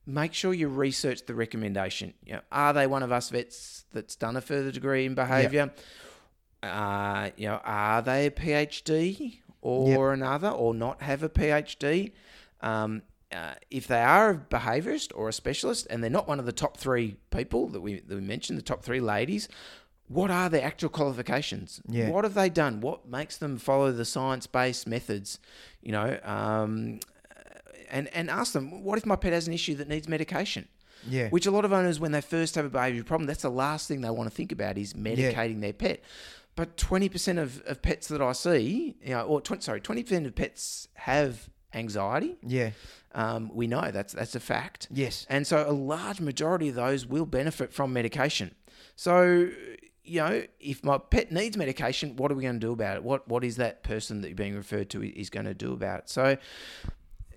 C: Make sure you research the recommendation. You know, are they one of us vets that's done a further degree in behaviour? Uh, you know, are they a PhD or another, or not have a PhD? Um, uh, if they are a behaviourist or a specialist, and they're not one of the top three people that we that we mentioned, the top three ladies, what are their actual qualifications?
B: Yeah.
C: What have they done? What makes them follow the science based methods? You know, um, and and ask them, what if my pet has an issue that needs medication?
B: Yeah.
C: Which a lot of owners, when they first have a behavior problem, that's the last thing they want to think about is medicating their pet. But 20% of, of pets that I see, you know, or 20, sorry, 20% of pets have anxiety.
B: yeah.
C: Um, we know that's that's a fact.
B: Yes.
C: And so a large majority of those will benefit from medication. So you know, if my pet needs medication, what are we going to do about it? What what is that person that you're being referred to is going to do about it? So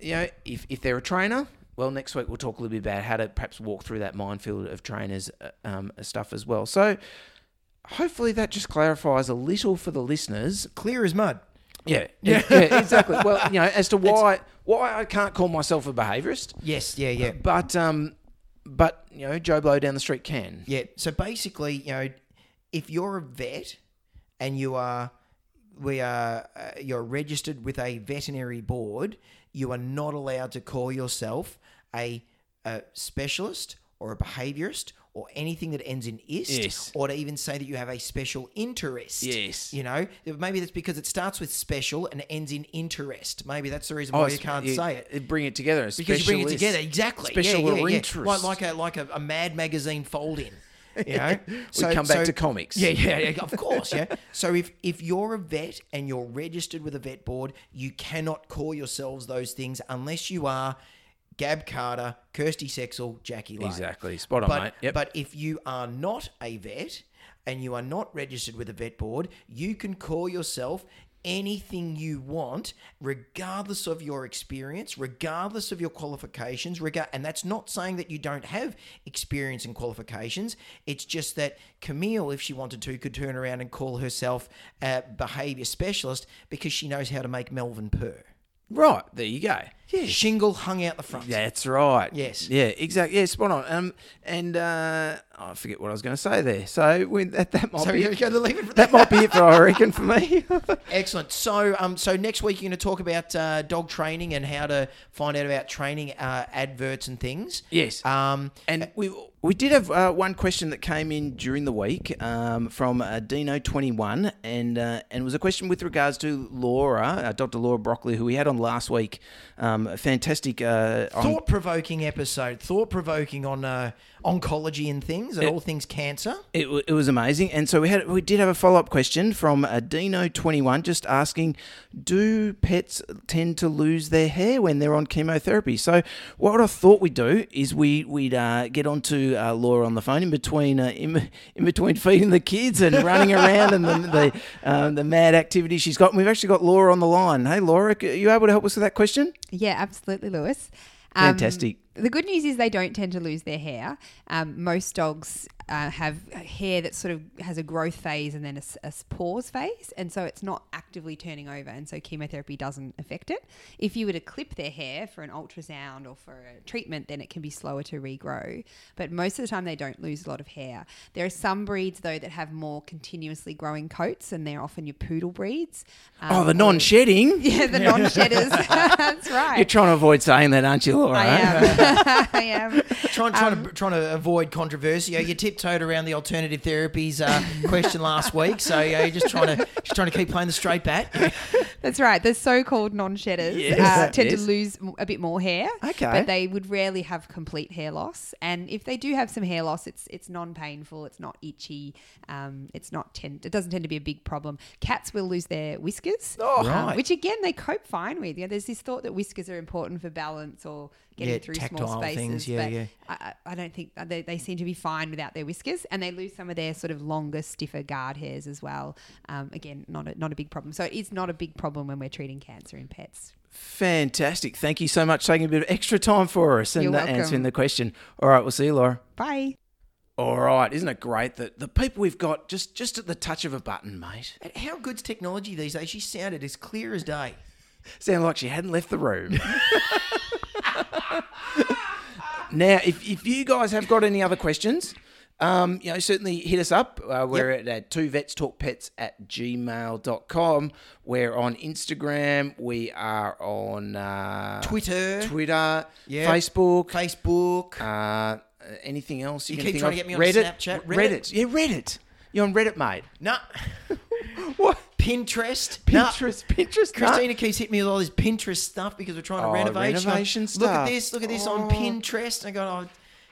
C: you know, if if they're a trainer, well, next week we'll talk a little bit about how to perhaps walk through that minefield of trainers uh, um, stuff as well. So hopefully that just clarifies a little for the listeners
B: Clear as mud.
C: Yeah, yeah,
B: *laughs*
C: yeah, exactly. Well, you know, as to why why I can't call myself a behaviourist,
B: Yes, yeah, yeah.
C: but um, but you know, Joe Blow down the street can.
B: Yeah. So basically, you know, if you're a vet and you are we are uh, you're registered with a veterinary board, you are not allowed to call yourself a, a specialist or a behaviorist or anything that ends in ist
C: Yes.
B: or to even say that you have a special interest.
C: Yes.
B: You know, maybe that's because it starts with special and ends in interest. Maybe that's the reason why you
C: Oh, it's-
B: can't say it
C: Bring it together it's
B: because you bring it
C: specialist.
B: together exactly
C: Special
B: yeah, yeah,
C: or
B: yeah.
C: interest.
B: like, like a like a, a mad magazine fold in you
C: *laughs*
B: know
C: we come back to
B: *laughs*
C: comics.
B: yeah, yeah, yeah, of course, yeah. So if if you're a vet and you're registered with a vet board, you cannot call yourselves those things unless you are Gab Carter, Kirsty Sexel, Jackie Lane.
C: exactly. Spot on,
B: But
C: mate. Yep.
B: but if you are not a vet and you are not registered with a vet board, you can call yourself anything you want, regardless of your experience, regardless of your qualifications. Rega- and that's not saying that you don't have experience and qualifications. It's just that Camille, if she wanted to, could turn around and call herself a behaviour specialist because she knows how to make Melvin purr.
C: right there you go.
B: Shingle hung out the front.
C: That's right.
B: Yes.
C: Yeah. Exactly. Yeah. Spot on. Um. And uh, I forget what I was going to say there. So we, that that might
B: So
C: be
B: we're
C: it.
B: going to leave it for that.
C: that might be it for I reckon
B: *laughs*
C: for me.
B: Excellent. So, um, so next week you're going to talk about uh, dog training and how to find out about training uh, adverts and things.
C: yes.
B: Um,
C: And we we did have uh, one question that came in during the week um, from uh, Dino twenty one, and uh, and it was a question with regards to Laura, uh, Dr. Laura Broccoli, who we had on last week. Um, a fantastic. Uh, on-
B: thought provoking episode. Thought provoking on uh, oncology and things and all things cancer.
C: it, wa- it was amazing, and so we had we did have a follow up question from uh, Dino twenty one, just asking, do pets tend to lose their hair when they're on chemotherapy? So what I thought we'd do is we we'd uh, get onto uh, Laura on the phone in between uh, in, in between *laughs* feeding the kids and running around and the the, um, the mad activity she's got. And we've actually got Laura on the line. Hey Laura, c- are you able to help us with that question?
D: Yeah, absolutely, Lewis. Um,
C: Fantastic.
D: The good news is they don't tend to lose their hair. Um, most dogs uh, have hair that sort of has a growth phase and then a, s- a s- pause phase, and so it's not actively turning over, and so chemotherapy doesn't affect it. If you were to clip their hair for an ultrasound or for a treatment, then it can be slower to regrow. But most of the time, they don't lose a lot of hair. There are some breeds though that have more continuously growing coats, and they're often your poodle breeds. Um,
C: oh, the
D: or-
C: non shedding.
D: *laughs* yeah, the non-shedders.
C: *laughs*
D: *laughs* That's right.
C: You're trying to avoid saying that, aren't you, Laura? eh?
D: I
C: *laughs*
D: am. *laughs* I am.
B: Trying, trying, to, trying to avoid controversy. Uh, You tiptoed around the alternative therapies uh, question last week, so yeah, you're just trying to just trying to keep playing the straight
C: *laughs*
B: bat.
D: That's right. The so-called non-shedders
C: Yes.
D: uh, tend
C: Yes.
D: to lose m- a bit more hair.
C: Okay.
D: But they would rarely have complete hair loss. And if they do have some hair loss, it's it's non-painful. It's not itchy. Um, it's not tend. It doesn't tend to be a big problem. Cats will lose their whiskers, um,
C: Oh,
B: right.
D: which again they cope fine with. You know, there's this thought that whiskers are important for balance or getting
B: Yeah,
D: through
B: tactile
D: small spaces.
B: things. Yeah,
D: but
B: yeah.
D: I, I I don't think they, they seem to be fine without their whiskers, and they lose some of their sort of longer, stiffer guard hairs as well. Um, again, not a, not a big problem. So it's not a big problem when we're treating cancer in pets.
C: Fantastic. Thank you so much for taking a bit of extra time for us and
D: You're
C: uh, answering
D: welcome.
C: the question. All right, we'll see you, Laura.
D: Bye.
C: All right, isn't it great that the people we've got just just at the touch of a button, mate,
B: And How good's technology these days? She sounded as clear as day.
C: sound like she hadn't left the
D: *laughs*
C: room. now, if, if you guys have got any other questions, um, you know, certainly hit us up. Uh, we're at uh, two vets talk pets at gmail.com. We're on Instagram. We are on uh,
B: Twitter,
C: Twitter,
B: Yeah.
C: Facebook,
B: Facebook.
C: Uh, anything else you,
B: You
C: can
B: keep
C: think
B: trying to
C: of?
B: get me on
C: Reddit?
B: Snapchat.
C: Reddit.
B: Reddit.
C: Yeah, Reddit. You're on Reddit, mate.
B: No.
C: *laughs* What?
B: Pinterest. Nah.
C: Pinterest. Pinterest. nah.
B: Christina keeps hitting me with all this Pinterest stuff because we're trying to
C: Oh,
B: renovate. She's going,
C: renovation
B: Look at
C: stuff. Oh.
B: this. Look at this on Pinterest. And I go, oh,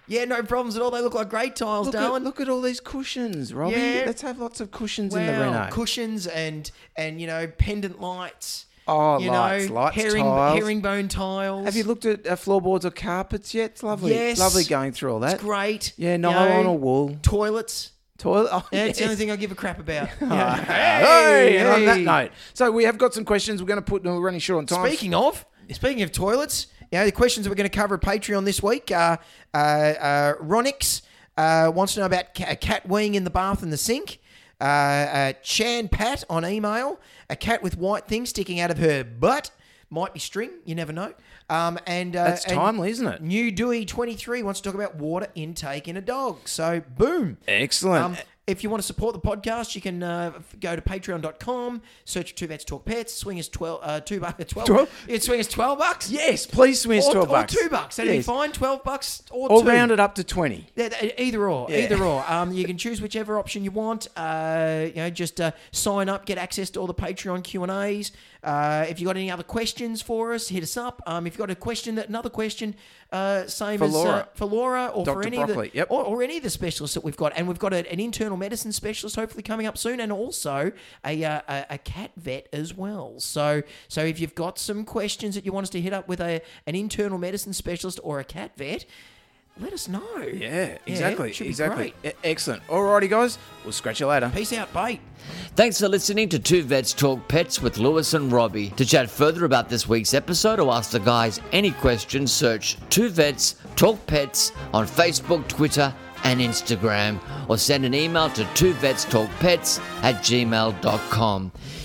B: yeah, no problems at all. They look like great tiles,
C: Look at,
B: darling.
C: look at all these cushions, Robbie.
B: Yeah.
C: Let's have lots of cushions in the
B: wow,
C: Renault.
B: cushions and and you know pendant lights.
C: Oh,
B: you
C: lights,
B: know,
C: lights,
B: herring,
C: tiles.
B: herringbone tiles.
C: have you looked at uh, floorboards or carpets yet? It's lovely.
B: Yes.
C: Lovely going through all that.
B: It's great.
C: Yeah,
B: you
C: nylon
B: know.
C: or wool.
B: toilets.
C: Toilet. Oh,
B: Yeah, it's the
C: yes.
B: only thing I give a crap
C: *laughs*
B: about.
C: Ah,
B: Yeah.
C: hey, and on that
B: hey.
C: note, so we have got some questions. We're going to put. We're running short on time.
B: Speaking of, speaking of toilets, you know, the questions that we're going to cover at Patreon this week are uh, uh, Ronix uh, wants to know about ca- a cat weeing in the bath and the sink. Uh, uh, Chan Pat on email. A cat with white things sticking out of her butt. Might be string. You never know. Um, and uh,
C: That's
B: and
C: timely, isn't it?
B: New Dewey twenty three wants to talk about water intake in a dog. So boom.
C: Excellent.
B: Um, if you want to support the podcast, you can uh, f- go to patreon.com, search for Two Vets Talk Pets, swing us 12, uh, two bu- *laughs* 12,
C: Twelve?
B: You'd swing us 12 bucks.
C: yes, please swing us
B: or,
C: 12
B: or
C: bucks.
B: two bucks. That'd be
C: Yes.
B: fine. 12 bucks or
C: Or
B: two.
C: round it up to 20.
B: Yeah, th- e, either or,
C: Yeah.
B: either or. Um, you can choose whichever option you want. Uh, you know, just uh, sign up, get access to all the Patreon Q and A's. Uh, if you got any other questions for us, hit us up. Um, if you got a question, that another question, uh, same as Uh,
C: Laura.
B: for Laura or for
C: Dr.
B: any
C: Broccoli,
B: of the,
C: yep.
B: or, or any of the specialists that we've got, and we've got a- an internal medicine specialist hopefully coming up soon, and also a, uh, a a cat vet as well. So so if you've got some questions that you want us to hit up with a an internal medicine specialist or a cat vet. Let us know.
C: Yeah, exactly.
B: it should be
C: exactly.
B: great.
C: E- Excellent. Alrighty, guys. We'll scratch you later.
B: Peace out, bye.
A: Thanks for listening to Two Vets Talk Pets with Lewis and Robbie. To chat further about this week's episode or ask the guys any questions, search Two Vets Talk Pets on Facebook, Twitter, and Instagram, or send an email to two vets talk pets at gmail.com.